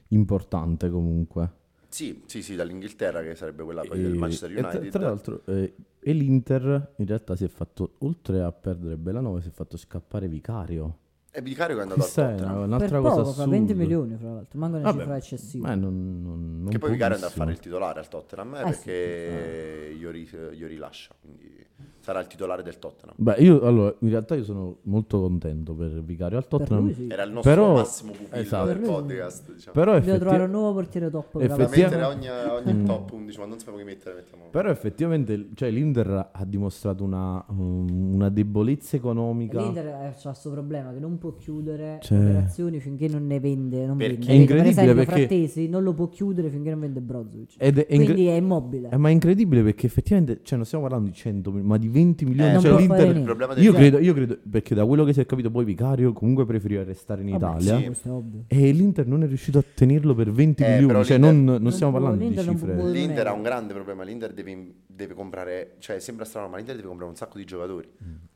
Speaker 2: importante comunque.
Speaker 1: Sì, sì, sì, dall'Inghilterra che sarebbe quella Ah, poi
Speaker 2: E-
Speaker 1: del Manchester
Speaker 2: e tra-
Speaker 1: United.
Speaker 2: tra, l'altro, eh, e l'Inter in realtà si è fatto, oltre a perdere Bellanova, si è fatto scappare Vicario.
Speaker 1: E Vicario che Eh, è andato al
Speaker 2: Questa è
Speaker 1: Tottenham.
Speaker 2: una-
Speaker 3: per
Speaker 2: un'altra cosa
Speaker 3: poco, fa
Speaker 2: assurda.
Speaker 3: 20 milioni fra l'altro, manca una
Speaker 2: Vabbè,
Speaker 3: cifra eccessiva.
Speaker 2: Ma non, non, non
Speaker 1: Che poi Vicario andrà a
Speaker 2: pochissimo.
Speaker 1: fare il titolare al Tottenham eh,
Speaker 3: Eh sì.
Speaker 1: perché io, ri- io rilascia, quindi sarà il titolare del Tottenham.
Speaker 2: Beh, io allora, in realtà io sono molto contento per Vicario al Tottenham.
Speaker 3: lui sì.
Speaker 1: Era il nostro
Speaker 2: Però-
Speaker 1: massimo pupillo
Speaker 2: esatto.
Speaker 1: del
Speaker 3: Per lui-
Speaker 1: podcast, diciamo.
Speaker 2: Però,
Speaker 3: Dobbiamo
Speaker 2: effetti-
Speaker 3: trovare un nuovo portiere top. bravo.
Speaker 1: Da
Speaker 2: effettivamente-
Speaker 1: mettere ogni, ogni top 11, ma non sappiamo che mettere, mettiamo...
Speaker 2: però effettivamente cioè, l'Inter ha dimostrato una, um, una debolezza economica.
Speaker 3: L'Inter ha questo problema che non può chiudere
Speaker 2: Cioè.
Speaker 3: operazioni finché non ne vende. Non
Speaker 1: Perché-
Speaker 3: vende.
Speaker 2: È incredibile
Speaker 3: per esempio,
Speaker 2: perché-
Speaker 3: Frattesi non lo può chiudere finché non vende Brozovic.
Speaker 2: Ed è incre-
Speaker 3: Quindi è immobile.
Speaker 2: Eh, ma è incredibile perché effettivamente cioè, non stiamo parlando di 100 milioni, ma di 20 milioni.
Speaker 1: Eh,
Speaker 2: Cioè,
Speaker 3: non può
Speaker 2: l'Inter-
Speaker 3: fare
Speaker 1: il problema del
Speaker 2: io, credo, io credo, perché da quello che si è capito poi Vicario comunque preferiva restare in
Speaker 3: Vabbè,
Speaker 2: Italia.
Speaker 3: sì, questo è ovvio.
Speaker 2: E l'Inter non è riuscito a tenerlo per 20
Speaker 1: Eh,
Speaker 2: milioni,
Speaker 1: però
Speaker 2: cioè
Speaker 1: l'Inter-
Speaker 2: non, non stiamo
Speaker 3: può-
Speaker 2: parlando di
Speaker 3: l'Inter non può-
Speaker 2: cifre.
Speaker 3: non è-
Speaker 1: L'Inter ha un grande problema, l'Inter deve, deve comprare, cioè sembra strano, ma l'Inter deve comprare un sacco di giocatori.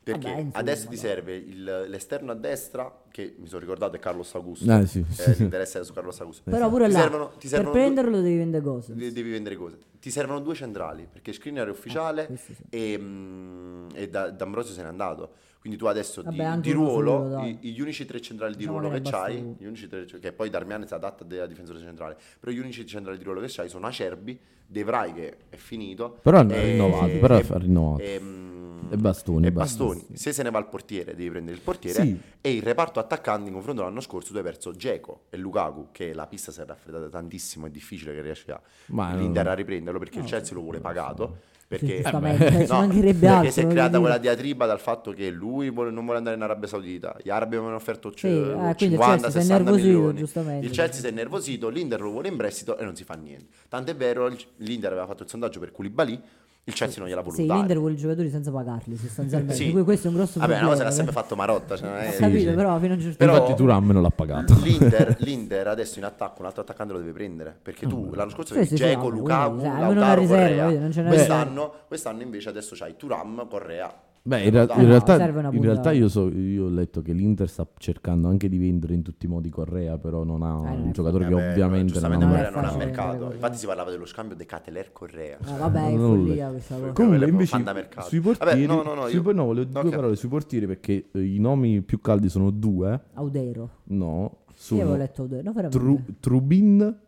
Speaker 1: Perché
Speaker 3: Vabbè, insomma,
Speaker 1: adesso ti
Speaker 3: no.
Speaker 1: serve il- l'esterno a destra, che mi sono ricordato è Carlos Augusto.
Speaker 2: Ah, sì, sì,
Speaker 1: Eh,
Speaker 2: sì.
Speaker 1: l'interesse era su Carlos Augusto.
Speaker 3: Però pure
Speaker 1: Ti
Speaker 3: là,
Speaker 1: servono- ti servono
Speaker 3: per
Speaker 1: due-
Speaker 3: prenderlo devi vendere cose.
Speaker 1: De- devi vendere cose. Ti servono due centrali perché Skriniar è ufficiale
Speaker 3: questo Ah, sì.
Speaker 1: e, mm, e Da- D'Ambrosio se n'è andato. Quindi tu adesso di-
Speaker 3: Vabbè,
Speaker 1: di,
Speaker 3: anche uno solo,
Speaker 1: ruolo,
Speaker 3: dai.
Speaker 1: i- gli unici tre centrali di
Speaker 3: Diciamo
Speaker 1: ruolo
Speaker 3: che
Speaker 1: che
Speaker 3: ne basta
Speaker 1: c'hai,
Speaker 3: uno.
Speaker 1: gli unici tre- cioè, che poi Darmian si adatta de- a difensore centrale, però gli unici centrali di ruolo che c'hai sono Acerbi, De Vrij che è finito.
Speaker 2: Però hanno
Speaker 1: e-
Speaker 2: rinnovato, però
Speaker 1: e-
Speaker 2: ha rinnovato.
Speaker 1: E, mm,
Speaker 2: E Bastoni,
Speaker 1: e
Speaker 2: basta.
Speaker 1: Bastoni. Se se ne va il portiere, devi prendere il portiere.
Speaker 2: Sì.
Speaker 1: E il reparto attaccante in confronto all'anno scorso tu hai perso Dzeko e Lukaku, che la pista si è raffreddata tantissimo, è difficile che riesca
Speaker 2: Ma non-
Speaker 1: l'Inter a riprenderlo perché il Chelsea lo vuole pagato. Perché, eh,
Speaker 3: giustamente, ci mancherebbe altro,
Speaker 1: perché si è
Speaker 3: voglio
Speaker 1: creata
Speaker 3: dire.
Speaker 1: quella diatriba dal fatto che lui vuole- non vuole andare in Arabia Saudita. Gli arabi avevano offerto c-
Speaker 3: Sì, eh, quindi il
Speaker 1: 50,
Speaker 3: Chelsea si è
Speaker 1: 60
Speaker 3: innervosito,
Speaker 1: milioni.
Speaker 3: giustamente.
Speaker 1: Il Chelsea si è nervosito, l'Inter lo vuole in prestito e non si fa niente. Tant'è vero, il- l'Inter aveva fatto il sondaggio per Koulibaly, il Chelsea non gliel'ha voluto
Speaker 3: Se
Speaker 1: dare.
Speaker 3: l'Inter vuole i giocatori senza pagarli sostanzialmente.
Speaker 1: Sì.
Speaker 3: Quindi Questo è un grosso
Speaker 1: Vabbè, una
Speaker 3: problema. eh.
Speaker 1: cosa che ha sempre fatto Marotta. Cioè, non è-
Speaker 3: Ho capito, però fino a un certo
Speaker 1: Però-
Speaker 2: Infatti Turam non l'ha pagato. (laughs)
Speaker 1: L'Inter, l'Inter adesso in attacco un altro attaccante lo deve prendere perché tu l'anno scorso
Speaker 3: Sì,
Speaker 1: avevi
Speaker 3: sì,
Speaker 1: Dzeko,
Speaker 3: sì,
Speaker 1: Lukaku,
Speaker 3: sì, avevano una
Speaker 1: Lautaro,
Speaker 3: riserva,
Speaker 1: Correa
Speaker 3: vedi, non ce n'è
Speaker 1: quest'anno, quest'anno invece adesso c'hai Turam, Correa
Speaker 2: Beh, in, rea-
Speaker 1: Lautaro.
Speaker 2: in
Speaker 3: No,
Speaker 2: realtà,
Speaker 3: serve una
Speaker 2: in realtà
Speaker 3: puntata.
Speaker 2: io, so- io ho letto che l'Inter sta cercando anche di vendere in tutti i modi Correa, però non ha
Speaker 3: non
Speaker 2: un
Speaker 3: è
Speaker 2: giocatore che
Speaker 1: Vabbè,
Speaker 2: ovviamente non ha
Speaker 1: Eh giustamente
Speaker 3: non è
Speaker 1: Correa non ha
Speaker 3: facile
Speaker 1: mercato
Speaker 3: vendere
Speaker 1: infatti si parlava dello scambio De Cateler Correa
Speaker 2: Eh.
Speaker 3: Ah, vabbè, è
Speaker 2: Non l'ho
Speaker 3: follia
Speaker 2: letto.
Speaker 3: questa cosa.
Speaker 2: Comunque
Speaker 1: Quello
Speaker 2: invece
Speaker 1: fandamercato.
Speaker 2: sui portieri,
Speaker 1: Vabbè, no, no, no,
Speaker 2: sui-
Speaker 1: io-
Speaker 2: no, volevo due
Speaker 1: Ok.
Speaker 2: parole sui portieri perché eh, i nomi più caldi sono due,
Speaker 3: Audero.
Speaker 2: no,
Speaker 3: Io avevo
Speaker 2: sono
Speaker 3: letto Audero. No, veramente.
Speaker 2: Tru- Trubin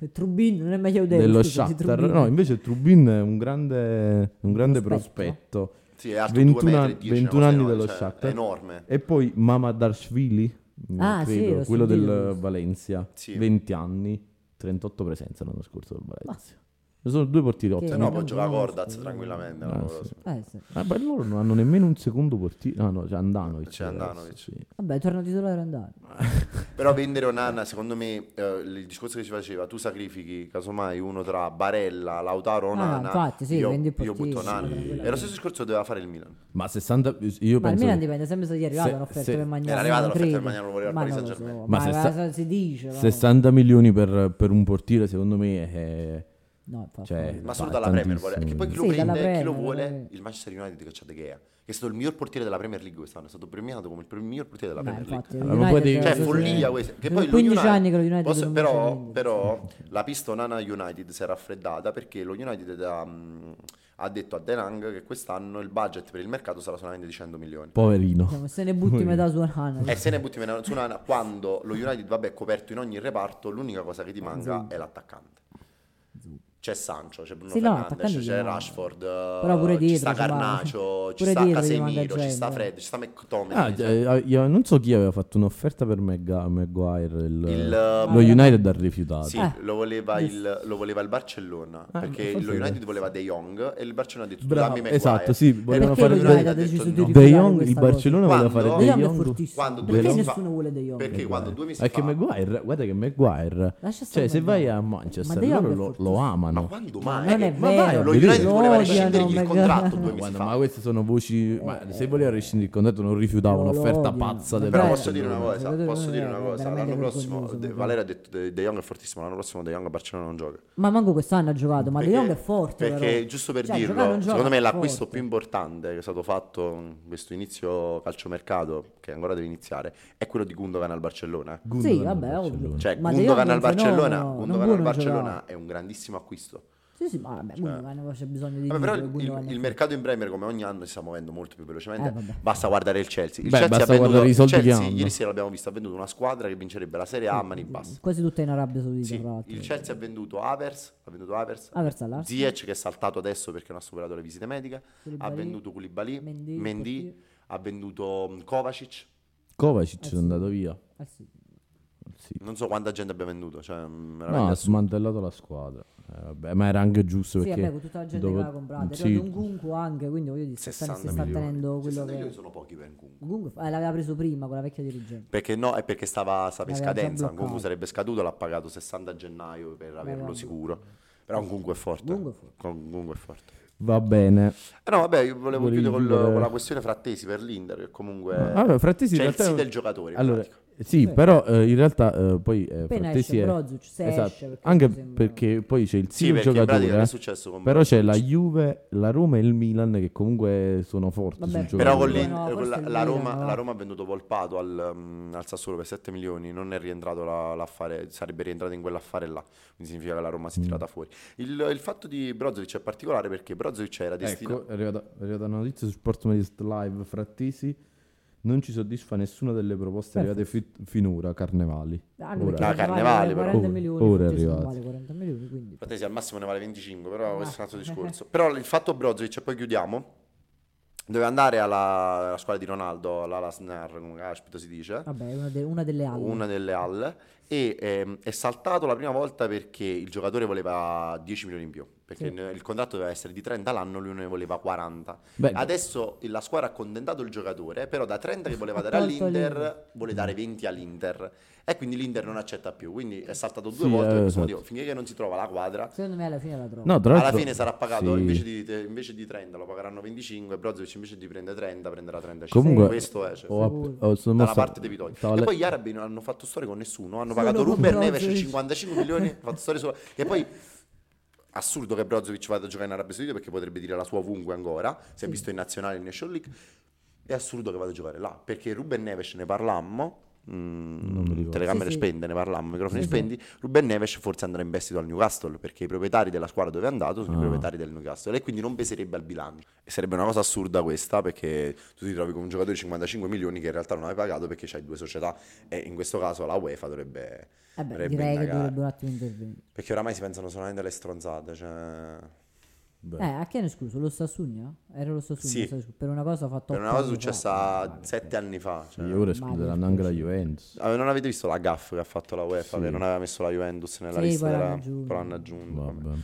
Speaker 3: Eh, Trubin, non è meglio Audero.
Speaker 2: dello
Speaker 3: scusa, di
Speaker 2: Shakhtar,
Speaker 3: Trubin.
Speaker 2: no, invece Trubin è un grande, un grande
Speaker 3: Prospetto.
Speaker 2: prospetto.
Speaker 1: sì, è alto
Speaker 2: 21
Speaker 1: 2 metri e 10,
Speaker 2: 21
Speaker 1: una cosa
Speaker 2: anni
Speaker 1: enorme,
Speaker 2: dello
Speaker 1: cioè,
Speaker 2: Shakhtar.
Speaker 1: è enorme
Speaker 2: E poi Mamadarshvili, mh,
Speaker 3: Ah, sì,
Speaker 2: credo,
Speaker 3: lo
Speaker 2: quello
Speaker 3: sentito
Speaker 2: del
Speaker 3: questo.
Speaker 2: Valencia,
Speaker 1: Sì.
Speaker 2: 20 anni, 38 presenze l'anno scorso del Valencia. Ci sono due portieri
Speaker 3: Che-
Speaker 1: se no
Speaker 2: ottimi.
Speaker 3: non
Speaker 1: può giocare
Speaker 3: conosco.
Speaker 1: Gordaz tranquillamente
Speaker 2: Ah,
Speaker 1: no?
Speaker 2: sì.
Speaker 3: Eh, sì.
Speaker 2: Ah, beh, loro non hanno nemmeno un secondo portiere. Ah, No, no, c'è Andanovic.
Speaker 1: C'è Handanovic.
Speaker 2: Sì.
Speaker 3: Vabbè, torna titolare andare.
Speaker 1: Però vendere Onana, secondo me, eh, il discorso che si faceva, tu sacrifichi casomai uno tra Barella, Lautaro, Onana.
Speaker 3: Ah, infatti, sì,
Speaker 1: io,
Speaker 3: vendi il
Speaker 1: io butto
Speaker 3: portiere,
Speaker 1: Onana.
Speaker 3: sì, quella-
Speaker 1: Era lo stesso discorso che doveva fare il Milan.
Speaker 2: Ma 60 io
Speaker 3: Ma il
Speaker 2: penso
Speaker 3: Milan
Speaker 2: che
Speaker 3: dipende sempre se gli è arrivata
Speaker 2: se-
Speaker 3: un'offerta
Speaker 2: se-
Speaker 3: per Magnano.
Speaker 1: Era arrivata
Speaker 3: non
Speaker 1: l'offerta per
Speaker 3: credo.
Speaker 1: Magnano, lo voleva il
Speaker 3: Ma
Speaker 1: Paris
Speaker 3: non lo
Speaker 1: Saint-Germain.
Speaker 3: so,
Speaker 2: Ma
Speaker 3: Ma,
Speaker 2: sessa-
Speaker 3: cosa si dice. ma-
Speaker 2: 60 milioni per, per un portiere, secondo me è
Speaker 3: No, infatti.
Speaker 2: cioè,
Speaker 1: Ma solo
Speaker 2: fa-
Speaker 1: dalla
Speaker 2: tantissimo.
Speaker 1: Premier. vuole- Che poi chi lo
Speaker 3: Sì, dalla
Speaker 1: prende, chi
Speaker 3: Premier,
Speaker 1: lo
Speaker 3: dalla
Speaker 1: vuole,
Speaker 3: Premier.
Speaker 1: il Manchester United che c'ha De Gea, che è stato il miglior portiere della Premier League quest'anno, è stato premiato come il pre- miglior portiere della
Speaker 3: No,
Speaker 1: Premier League.
Speaker 3: infatti,
Speaker 2: Allora,
Speaker 3: il
Speaker 2: ma poi
Speaker 3: United
Speaker 2: devi-
Speaker 3: è
Speaker 1: Cioè,
Speaker 3: così-
Speaker 1: follia questa. Che
Speaker 3: Sono
Speaker 1: poi lo
Speaker 3: 15
Speaker 1: United-
Speaker 3: anni che lo United
Speaker 1: posso-
Speaker 3: non vince
Speaker 1: però,
Speaker 3: niente.
Speaker 1: però la pista Onana United si è raffreddata perché lo United ha, mh, ha detto a Denang che quest'anno il budget per il mercato sarà solamente di 100 milioni.
Speaker 2: Poverino.
Speaker 3: Diciamo, se ne butti metà su Hanna.
Speaker 1: E se ne butti meno su Nana quando lo United vabbè è coperto in ogni reparto, l'unica cosa che ti manca è l'attaccante. c'è Sancho, c'è Bruno
Speaker 3: Sì, no,
Speaker 1: Fernandes,
Speaker 3: attaccanti
Speaker 1: c'è,
Speaker 3: gli manca.
Speaker 1: Rashford, eh,
Speaker 3: Però pure
Speaker 1: ci
Speaker 3: dietro,
Speaker 1: sta
Speaker 3: insomma,
Speaker 1: Carnacio, ci
Speaker 3: pure
Speaker 1: sta
Speaker 3: dietro gli
Speaker 1: Casemiro,
Speaker 3: manca
Speaker 1: ci sta
Speaker 3: gente.
Speaker 1: Fred, ci sta McTominay. esatto.
Speaker 2: Ah, eh, io non so chi aveva fatto un'offerta per Magga- Maguire. il-
Speaker 1: Il-
Speaker 2: eh,
Speaker 1: eh,
Speaker 2: lo United ha rifiutato.
Speaker 1: Sì,
Speaker 3: Eh.
Speaker 1: lo, voleva
Speaker 3: Giusto.
Speaker 1: il, lo voleva il Barcellona
Speaker 2: Ah,
Speaker 1: perché
Speaker 2: forse
Speaker 1: lo
Speaker 2: era.
Speaker 1: United voleva De Jong e il Barcellona ha detto
Speaker 2: Bravo,
Speaker 1: dammi eh. Maguire.
Speaker 2: esatto, sì,
Speaker 1: E
Speaker 2: volevano
Speaker 1: perché
Speaker 2: fare
Speaker 1: lo
Speaker 2: il-
Speaker 1: United
Speaker 3: ha
Speaker 1: ha
Speaker 3: deciso
Speaker 1: detto
Speaker 3: di-
Speaker 1: no.
Speaker 2: De Jong,
Speaker 3: questa
Speaker 2: il Barcellona
Speaker 1: cosa.
Speaker 2: voleva
Speaker 1: Quando-
Speaker 3: De
Speaker 2: fare De
Speaker 3: Jong è
Speaker 2: Jong.
Speaker 3: fortissimo.
Speaker 1: Quando due
Speaker 3: Perché
Speaker 1: mesi fa-
Speaker 3: nessuno vuole De Jong?
Speaker 1: Perché quando due mesi
Speaker 2: È che
Speaker 1: fa
Speaker 2: Maguire, guarda che Maguire,
Speaker 3: Lascia stare
Speaker 2: cioè se vai
Speaker 3: Maguire.
Speaker 2: a
Speaker 3: Ma
Speaker 2: Manchester
Speaker 3: De Jong
Speaker 2: loro
Speaker 3: è
Speaker 2: lo,
Speaker 3: fortissimo.
Speaker 2: lo amano.
Speaker 1: ma quando mai? Eh,
Speaker 3: non è
Speaker 1: Ma
Speaker 3: vero.
Speaker 1: vai, lo
Speaker 2: Vedete?
Speaker 1: United voleva
Speaker 2: Odiano
Speaker 1: rescindergli il
Speaker 3: Maguire.
Speaker 1: contratto due
Speaker 2: Ma
Speaker 1: mesi
Speaker 2: guarda,
Speaker 1: fa.
Speaker 2: ma queste sono voci. Ma se voleva rescindere il contratto, non rifiutava
Speaker 3: Eh, Lo
Speaker 2: un'offerta
Speaker 3: odiano.
Speaker 2: pazza del
Speaker 1: Però
Speaker 3: Beh,
Speaker 1: posso dire una
Speaker 2: Barcellona.
Speaker 1: cosa,
Speaker 3: giocatore
Speaker 1: posso
Speaker 3: non
Speaker 1: dire
Speaker 3: è
Speaker 1: una cosa,
Speaker 3: veramente
Speaker 1: l'anno prossimo
Speaker 3: vergognoso,
Speaker 1: De-
Speaker 3: proprio.
Speaker 1: Valera ha detto De De Jong è fortissimo, l'anno prossimo De Jong a Barcellona non gioca.
Speaker 3: Ma manco quest'anno ha giocato, ma
Speaker 1: Perché-
Speaker 3: De Jong è forte.
Speaker 1: Perché
Speaker 3: però.
Speaker 1: giusto per
Speaker 3: Cioè, giocare
Speaker 1: dirlo,
Speaker 3: non gioca,
Speaker 1: secondo me
Speaker 3: è
Speaker 1: l'acquisto
Speaker 3: forte.
Speaker 1: più importante che è stato fatto in questo inizio calciomercato, che ancora deve iniziare, è quello di Gundogan al Barcellona.
Speaker 2: Gundogan
Speaker 3: Sì,
Speaker 2: al
Speaker 3: vabbè, ovvio.
Speaker 2: Barcellona.
Speaker 1: Cioè,
Speaker 3: Ma De
Speaker 1: Gundogan
Speaker 3: Jong è
Speaker 1: al
Speaker 3: un
Speaker 1: Barcellona,
Speaker 3: fenomeno,
Speaker 1: Gundogan
Speaker 3: non
Speaker 1: al
Speaker 3: può non
Speaker 1: Barcellona
Speaker 3: giocare.
Speaker 1: è un grandissimo acquisto.
Speaker 3: Sì, sì, ma vabbè, Gundogan c'è bisogno di
Speaker 1: Cioè. Vabbè,
Speaker 3: dire
Speaker 1: però
Speaker 3: che
Speaker 1: il,
Speaker 3: Gundogan è
Speaker 1: il mercato in Premier come ogni anno si sta muovendo molto più velocemente.
Speaker 3: Eh, vabbè.
Speaker 1: basta guardare il Chelsea. Il
Speaker 2: Beh,
Speaker 1: Chelsea,
Speaker 2: basta
Speaker 1: ha venduto,
Speaker 2: guardare i soldi che
Speaker 1: Chelsea
Speaker 2: hanno.
Speaker 1: ieri sera l'abbiamo visto, ha venduto una squadra che vincerebbe la Serie A a mani basse.
Speaker 3: quasi tutta in Arabia Saudita,
Speaker 1: Sì,
Speaker 3: tra l'altro.
Speaker 1: il Chelsea ha venduto Avers, ha venduto Avers,
Speaker 3: Ah, verso l'Arsenal.
Speaker 1: Ziyech che è saltato adesso perché non ha superato le visite mediche, ha
Speaker 3: Koulibaly,
Speaker 1: venduto Koulibaly,
Speaker 3: Mendy,
Speaker 1: Mendy,
Speaker 3: Portier.
Speaker 1: ha venduto mm, Kovacic,
Speaker 2: Kovacic
Speaker 3: Eh,
Speaker 2: è
Speaker 3: sì.
Speaker 2: andato via.
Speaker 3: Eh sì.
Speaker 2: Sì.
Speaker 1: non so quanta gente abbia venduto, cioè mm,
Speaker 2: No,
Speaker 1: veramente
Speaker 2: ha
Speaker 1: assurdo.
Speaker 2: smantellato la squadra. Eh, vabbè, ma era anche giusto
Speaker 3: Sì,
Speaker 2: perché.
Speaker 3: vabbè, con tutta la gente
Speaker 2: dopo-
Speaker 3: che l'ha comprata.
Speaker 2: sì.
Speaker 3: Sì. Un Gunku anche, quindi voglio dire, si sta,
Speaker 1: 60
Speaker 3: si sta
Speaker 1: milioni.
Speaker 3: tenendo quello
Speaker 1: 60
Speaker 3: che...
Speaker 1: milioni sono pochi per Nkunku.
Speaker 3: Gunku eh, l'aveva preso prima con la vecchia dirigente.
Speaker 1: Perché no, è perché stava, stava in
Speaker 3: L'aveva già
Speaker 1: scadenza,
Speaker 3: bloccato.
Speaker 1: Nkunku sarebbe scaduto, l'ha pagato 60 a gennaio per averlo
Speaker 3: bloccato.
Speaker 1: sicuro. Però Nkunku è forte.
Speaker 3: Nkunku è forte.
Speaker 1: Con- Nkunku è forte.
Speaker 2: Va bene.
Speaker 1: Eh no, vabbè, io volevo
Speaker 2: Volevi
Speaker 1: chiudere col-
Speaker 2: chiudere-
Speaker 1: con la questione frattesi per l'Inter, che comunque...
Speaker 2: Allora, Frattesi in
Speaker 1: cioè il
Speaker 2: realtà è
Speaker 1: sì
Speaker 2: un-
Speaker 1: del giocatore. in
Speaker 2: Allora,
Speaker 1: pratica.
Speaker 2: sì,
Speaker 3: Sì.
Speaker 2: però eh, in realtà eh, poi eh,
Speaker 3: Appena
Speaker 2: Frattesi
Speaker 3: esce
Speaker 2: è
Speaker 3: Brozovic, se
Speaker 2: esatto,
Speaker 3: esce... Perché
Speaker 2: anche
Speaker 3: mi sembra-
Speaker 2: perché poi c'è il sì,
Speaker 1: Sì,
Speaker 2: del
Speaker 1: perché in
Speaker 2: giocatore, eh.
Speaker 1: pratica che è successo con
Speaker 2: però c'è la
Speaker 1: Brozovic?
Speaker 2: Juve, la Roma e il Milan che comunque sono forti
Speaker 3: Vabbè,
Speaker 2: sul
Speaker 1: Però con,
Speaker 2: giocatore.
Speaker 1: l'In-
Speaker 3: No,
Speaker 1: eh, con la,
Speaker 3: forse il
Speaker 1: la
Speaker 3: Milan,
Speaker 1: Roma,
Speaker 3: no?
Speaker 1: la Roma ha venduto Volpato al, mm, al Sassuolo per 7 milioni, non è rientrato la- l'affare, sarebbe rientrato in quell'affare là, quindi significa che la Roma si è
Speaker 2: Mm.
Speaker 1: tirata fuori. Il, il fatto di Brozovic è particolare perché Brozovic era destinato...
Speaker 2: Ecco, è arrivata, è arrivata una notizia su Sport Medist Live Frattesi non ci soddisfa nessuna delle proposte arrivate fi- finora, Carnevali.
Speaker 3: Anche
Speaker 2: Ora.
Speaker 3: perché
Speaker 1: No,
Speaker 3: vale
Speaker 1: Carnevale,
Speaker 3: 40
Speaker 2: però. Ora
Speaker 3: milioni,
Speaker 2: è
Speaker 3: Frattesi non
Speaker 2: arrivato.
Speaker 3: vale 40 milioni, quindi...
Speaker 1: Fratelli, al massimo ne vale 25, però
Speaker 3: Ah.
Speaker 1: questo è un altro discorso. Però il fatto Brozovic, e poi chiudiamo, doveva andare alla, alla squadra di Ronaldo, all'Ala Snar, come caspita si dice,
Speaker 3: Vabbè, è una, de- una delle altre.
Speaker 1: una delle Al, e ehm, è saltato la prima volta perché il giocatore voleva 10 milioni in più, perché
Speaker 3: Sì.
Speaker 1: ne- il contratto doveva essere di 30 l'anno, lui ne voleva 40.
Speaker 2: Beh,
Speaker 1: Adesso la squadra ha contentato il giocatore, però da 30 che voleva
Speaker 3: Ha
Speaker 1: dare
Speaker 3: tolto
Speaker 1: all'Inter,
Speaker 3: l'Inter.
Speaker 1: vuole dare 20 all'Inter. E quindi l'Inter non accetta più, quindi è saltato due
Speaker 2: Sì,
Speaker 1: volte
Speaker 2: eh,
Speaker 1: per questo
Speaker 2: esatto.
Speaker 1: motivo. Finché che non si trova la quadra,
Speaker 3: Secondo me alla fine la trovo.
Speaker 2: no, tra
Speaker 1: alla
Speaker 2: l'altro-
Speaker 1: fine sarà pagato
Speaker 2: sì.
Speaker 1: invece, di, eh, invece di 30 lo pagheranno 25 Brozovic invece di prendere 30 prenderà 35
Speaker 2: Comunque, oh,
Speaker 1: questo è cioè,
Speaker 2: ho app- ho- sono
Speaker 1: dalla
Speaker 2: mossa-
Speaker 1: parte devi togliere
Speaker 2: stavo
Speaker 1: e
Speaker 2: le-
Speaker 1: poi gli arabi non hanno fatto storie con nessuno hanno
Speaker 3: Solo
Speaker 1: pagato
Speaker 3: con
Speaker 1: Ruben
Speaker 3: Brozovic.
Speaker 1: Neves 55 milioni hanno fatto storie solo e poi assurdo che Brozovic vada a giocare in Arabia Saudita perché potrebbe dire la sua ovunque ancora si è
Speaker 3: Sì.
Speaker 1: visto in nazionale in Nation League è assurdo che vada a giocare là perché Ruben Neves ne parlammo
Speaker 2: Non mi
Speaker 1: Mm,
Speaker 2: ricordo.
Speaker 1: telecamere
Speaker 3: Sì, sì.
Speaker 1: spente, ne parlammo, microfoni
Speaker 3: Sì, sì.
Speaker 1: spenti. Ruben Neves forse andrà in vestito al Newcastle perché i proprietari della squadra dove è andato sono
Speaker 2: Ah.
Speaker 1: i proprietari del Newcastle e quindi non peserebbe al bilancio. E sarebbe una cosa assurda questa perché tu ti trovi con un giocatore di 55 milioni che in realtà non hai pagato perché c'hai due società e in questo caso la UEFA dovrebbe...
Speaker 3: Eh beh,
Speaker 1: dovrebbe
Speaker 3: direi che
Speaker 1: indagare.
Speaker 3: dovrebbe un attimo intervenire.
Speaker 1: Perché oramai si pensano solamente alle stronzate, cioè...
Speaker 2: Beh.
Speaker 3: Eh, a chi hanno escluso? Lo Sassunia? Era lo Sassunia?
Speaker 1: Sì.
Speaker 3: lo Sassunia. Per una cosa fatta
Speaker 1: Per una
Speaker 3: otto
Speaker 1: cosa
Speaker 3: anni fa.
Speaker 1: successa
Speaker 3: Vabbè,
Speaker 1: sette anni fa.
Speaker 2: Sì,
Speaker 1: cioè.
Speaker 2: ora escluderanno anche la Juventus.
Speaker 1: Ah, Non avete visto la gaffa che ha fatto la UEFA,
Speaker 2: Sì.
Speaker 1: che non aveva messo la Juventus nella
Speaker 3: Sì,
Speaker 1: lista
Speaker 3: poi l'hanno
Speaker 1: della...
Speaker 3: aggiunto.
Speaker 1: poi l'hanno aggiunto. vabbè.
Speaker 2: Vabbè.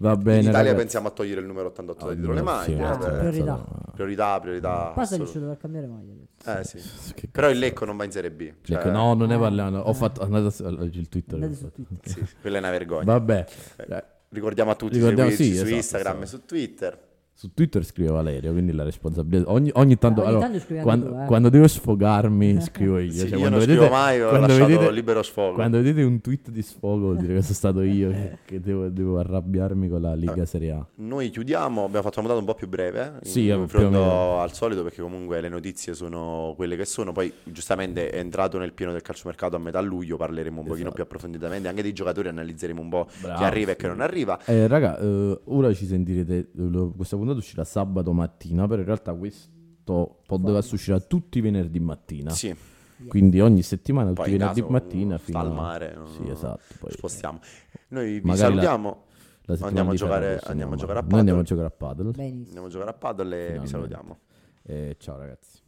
Speaker 2: Va bene.
Speaker 1: in Italia
Speaker 2: ragazzi.
Speaker 1: pensiamo a togliere il numero 88 da
Speaker 2: Ah,
Speaker 1: dietro le
Speaker 2: sì,
Speaker 1: maglie.
Speaker 2: ragazzi,
Speaker 1: eh,
Speaker 3: Ah, priorità.
Speaker 2: pensate-
Speaker 1: Priorità, priorità.
Speaker 3: Passa che ci
Speaker 1: assolut-
Speaker 3: doveva cambiare maglia adesso.
Speaker 1: Eh, sì.
Speaker 2: Che
Speaker 1: Però il Lecco non va in Serie B.
Speaker 2: Cioè,
Speaker 1: cioè,
Speaker 2: ecco, no, non ne parliamo. Ho fatto. Andate a- leggi il Twitter.
Speaker 3: Andate su Twitter.
Speaker 1: sì, sì, quella è una vergogna.
Speaker 2: Vabbè. Eh,
Speaker 1: Ricordiamo a tutti di
Speaker 2: Ricordiamo-
Speaker 1: seguirci
Speaker 2: sì,
Speaker 1: su
Speaker 2: esatto,
Speaker 1: Instagram
Speaker 2: esatto.
Speaker 1: e su Twitter.
Speaker 2: Su Twitter scrive Valerio, quindi la responsabilità. Ogni, ogni tanto.
Speaker 3: Eh, ogni
Speaker 2: allora,
Speaker 3: tanto scrivi anche
Speaker 2: quando,
Speaker 3: tu, eh.
Speaker 2: quando devo
Speaker 3: (laughs)
Speaker 2: sfogarmi, scrivo io.
Speaker 1: Sì,
Speaker 2: Cioè,
Speaker 1: io
Speaker 2: quando
Speaker 1: non
Speaker 2: vedete,
Speaker 1: scrivo mai, ho
Speaker 2: quando
Speaker 1: lasciato
Speaker 2: vedete-
Speaker 1: libero sfogo.
Speaker 2: Quando vedete un tweet di sfogo, vuol dire che sono stato
Speaker 3: Eh.
Speaker 2: io che, che devo, devo arrabbiarmi con la
Speaker 1: Eh.
Speaker 2: Liga Serie A.
Speaker 1: Noi chiudiamo, abbiamo fatto una puntata un po' più breve, in
Speaker 2: Sì, eh, più o
Speaker 1: confronto
Speaker 2: meno.
Speaker 1: al solito, perché comunque le notizie sono quelle che sono. Poi, giustamente, è entrato nel pieno del calciomercato a metà luglio, parleremo un pochino
Speaker 2: Esatto.
Speaker 1: più approfonditamente, anche dei giocatori analizzeremo un po'
Speaker 2: Bravo,
Speaker 1: chi arriva e
Speaker 2: sì.
Speaker 1: chi non arriva.
Speaker 2: Eh, raga, eh, ora ci sentirete. eh, lo- Questa puntata uscirà sabato mattina, però in realtà questo podcast uscirà tutti i venerdì mattina.
Speaker 1: Sì.
Speaker 2: Quindi ogni settimana, tutti
Speaker 1: Poi
Speaker 2: i
Speaker 1: in
Speaker 2: venerdì
Speaker 1: caso
Speaker 2: mattina
Speaker 1: uno sta
Speaker 2: fino
Speaker 1: al
Speaker 2: a-
Speaker 1: mare, no,
Speaker 2: Sì, esatto. Poi,
Speaker 1: spostiamo. Noi vi
Speaker 2: Magari la-
Speaker 1: salutiamo.
Speaker 2: La settimana
Speaker 1: Andiamo a
Speaker 2: di
Speaker 1: giocare-
Speaker 2: Ferragosto,
Speaker 1: andiamo a
Speaker 2: no,
Speaker 1: giocare a
Speaker 2: Noi andiamo a
Speaker 1: padel.
Speaker 2: giocare a paddle.
Speaker 3: Benissimo.
Speaker 1: Andiamo a giocare a paddle e vi
Speaker 2: Finalmente.
Speaker 1: salutiamo.
Speaker 2: ciao ragazzi.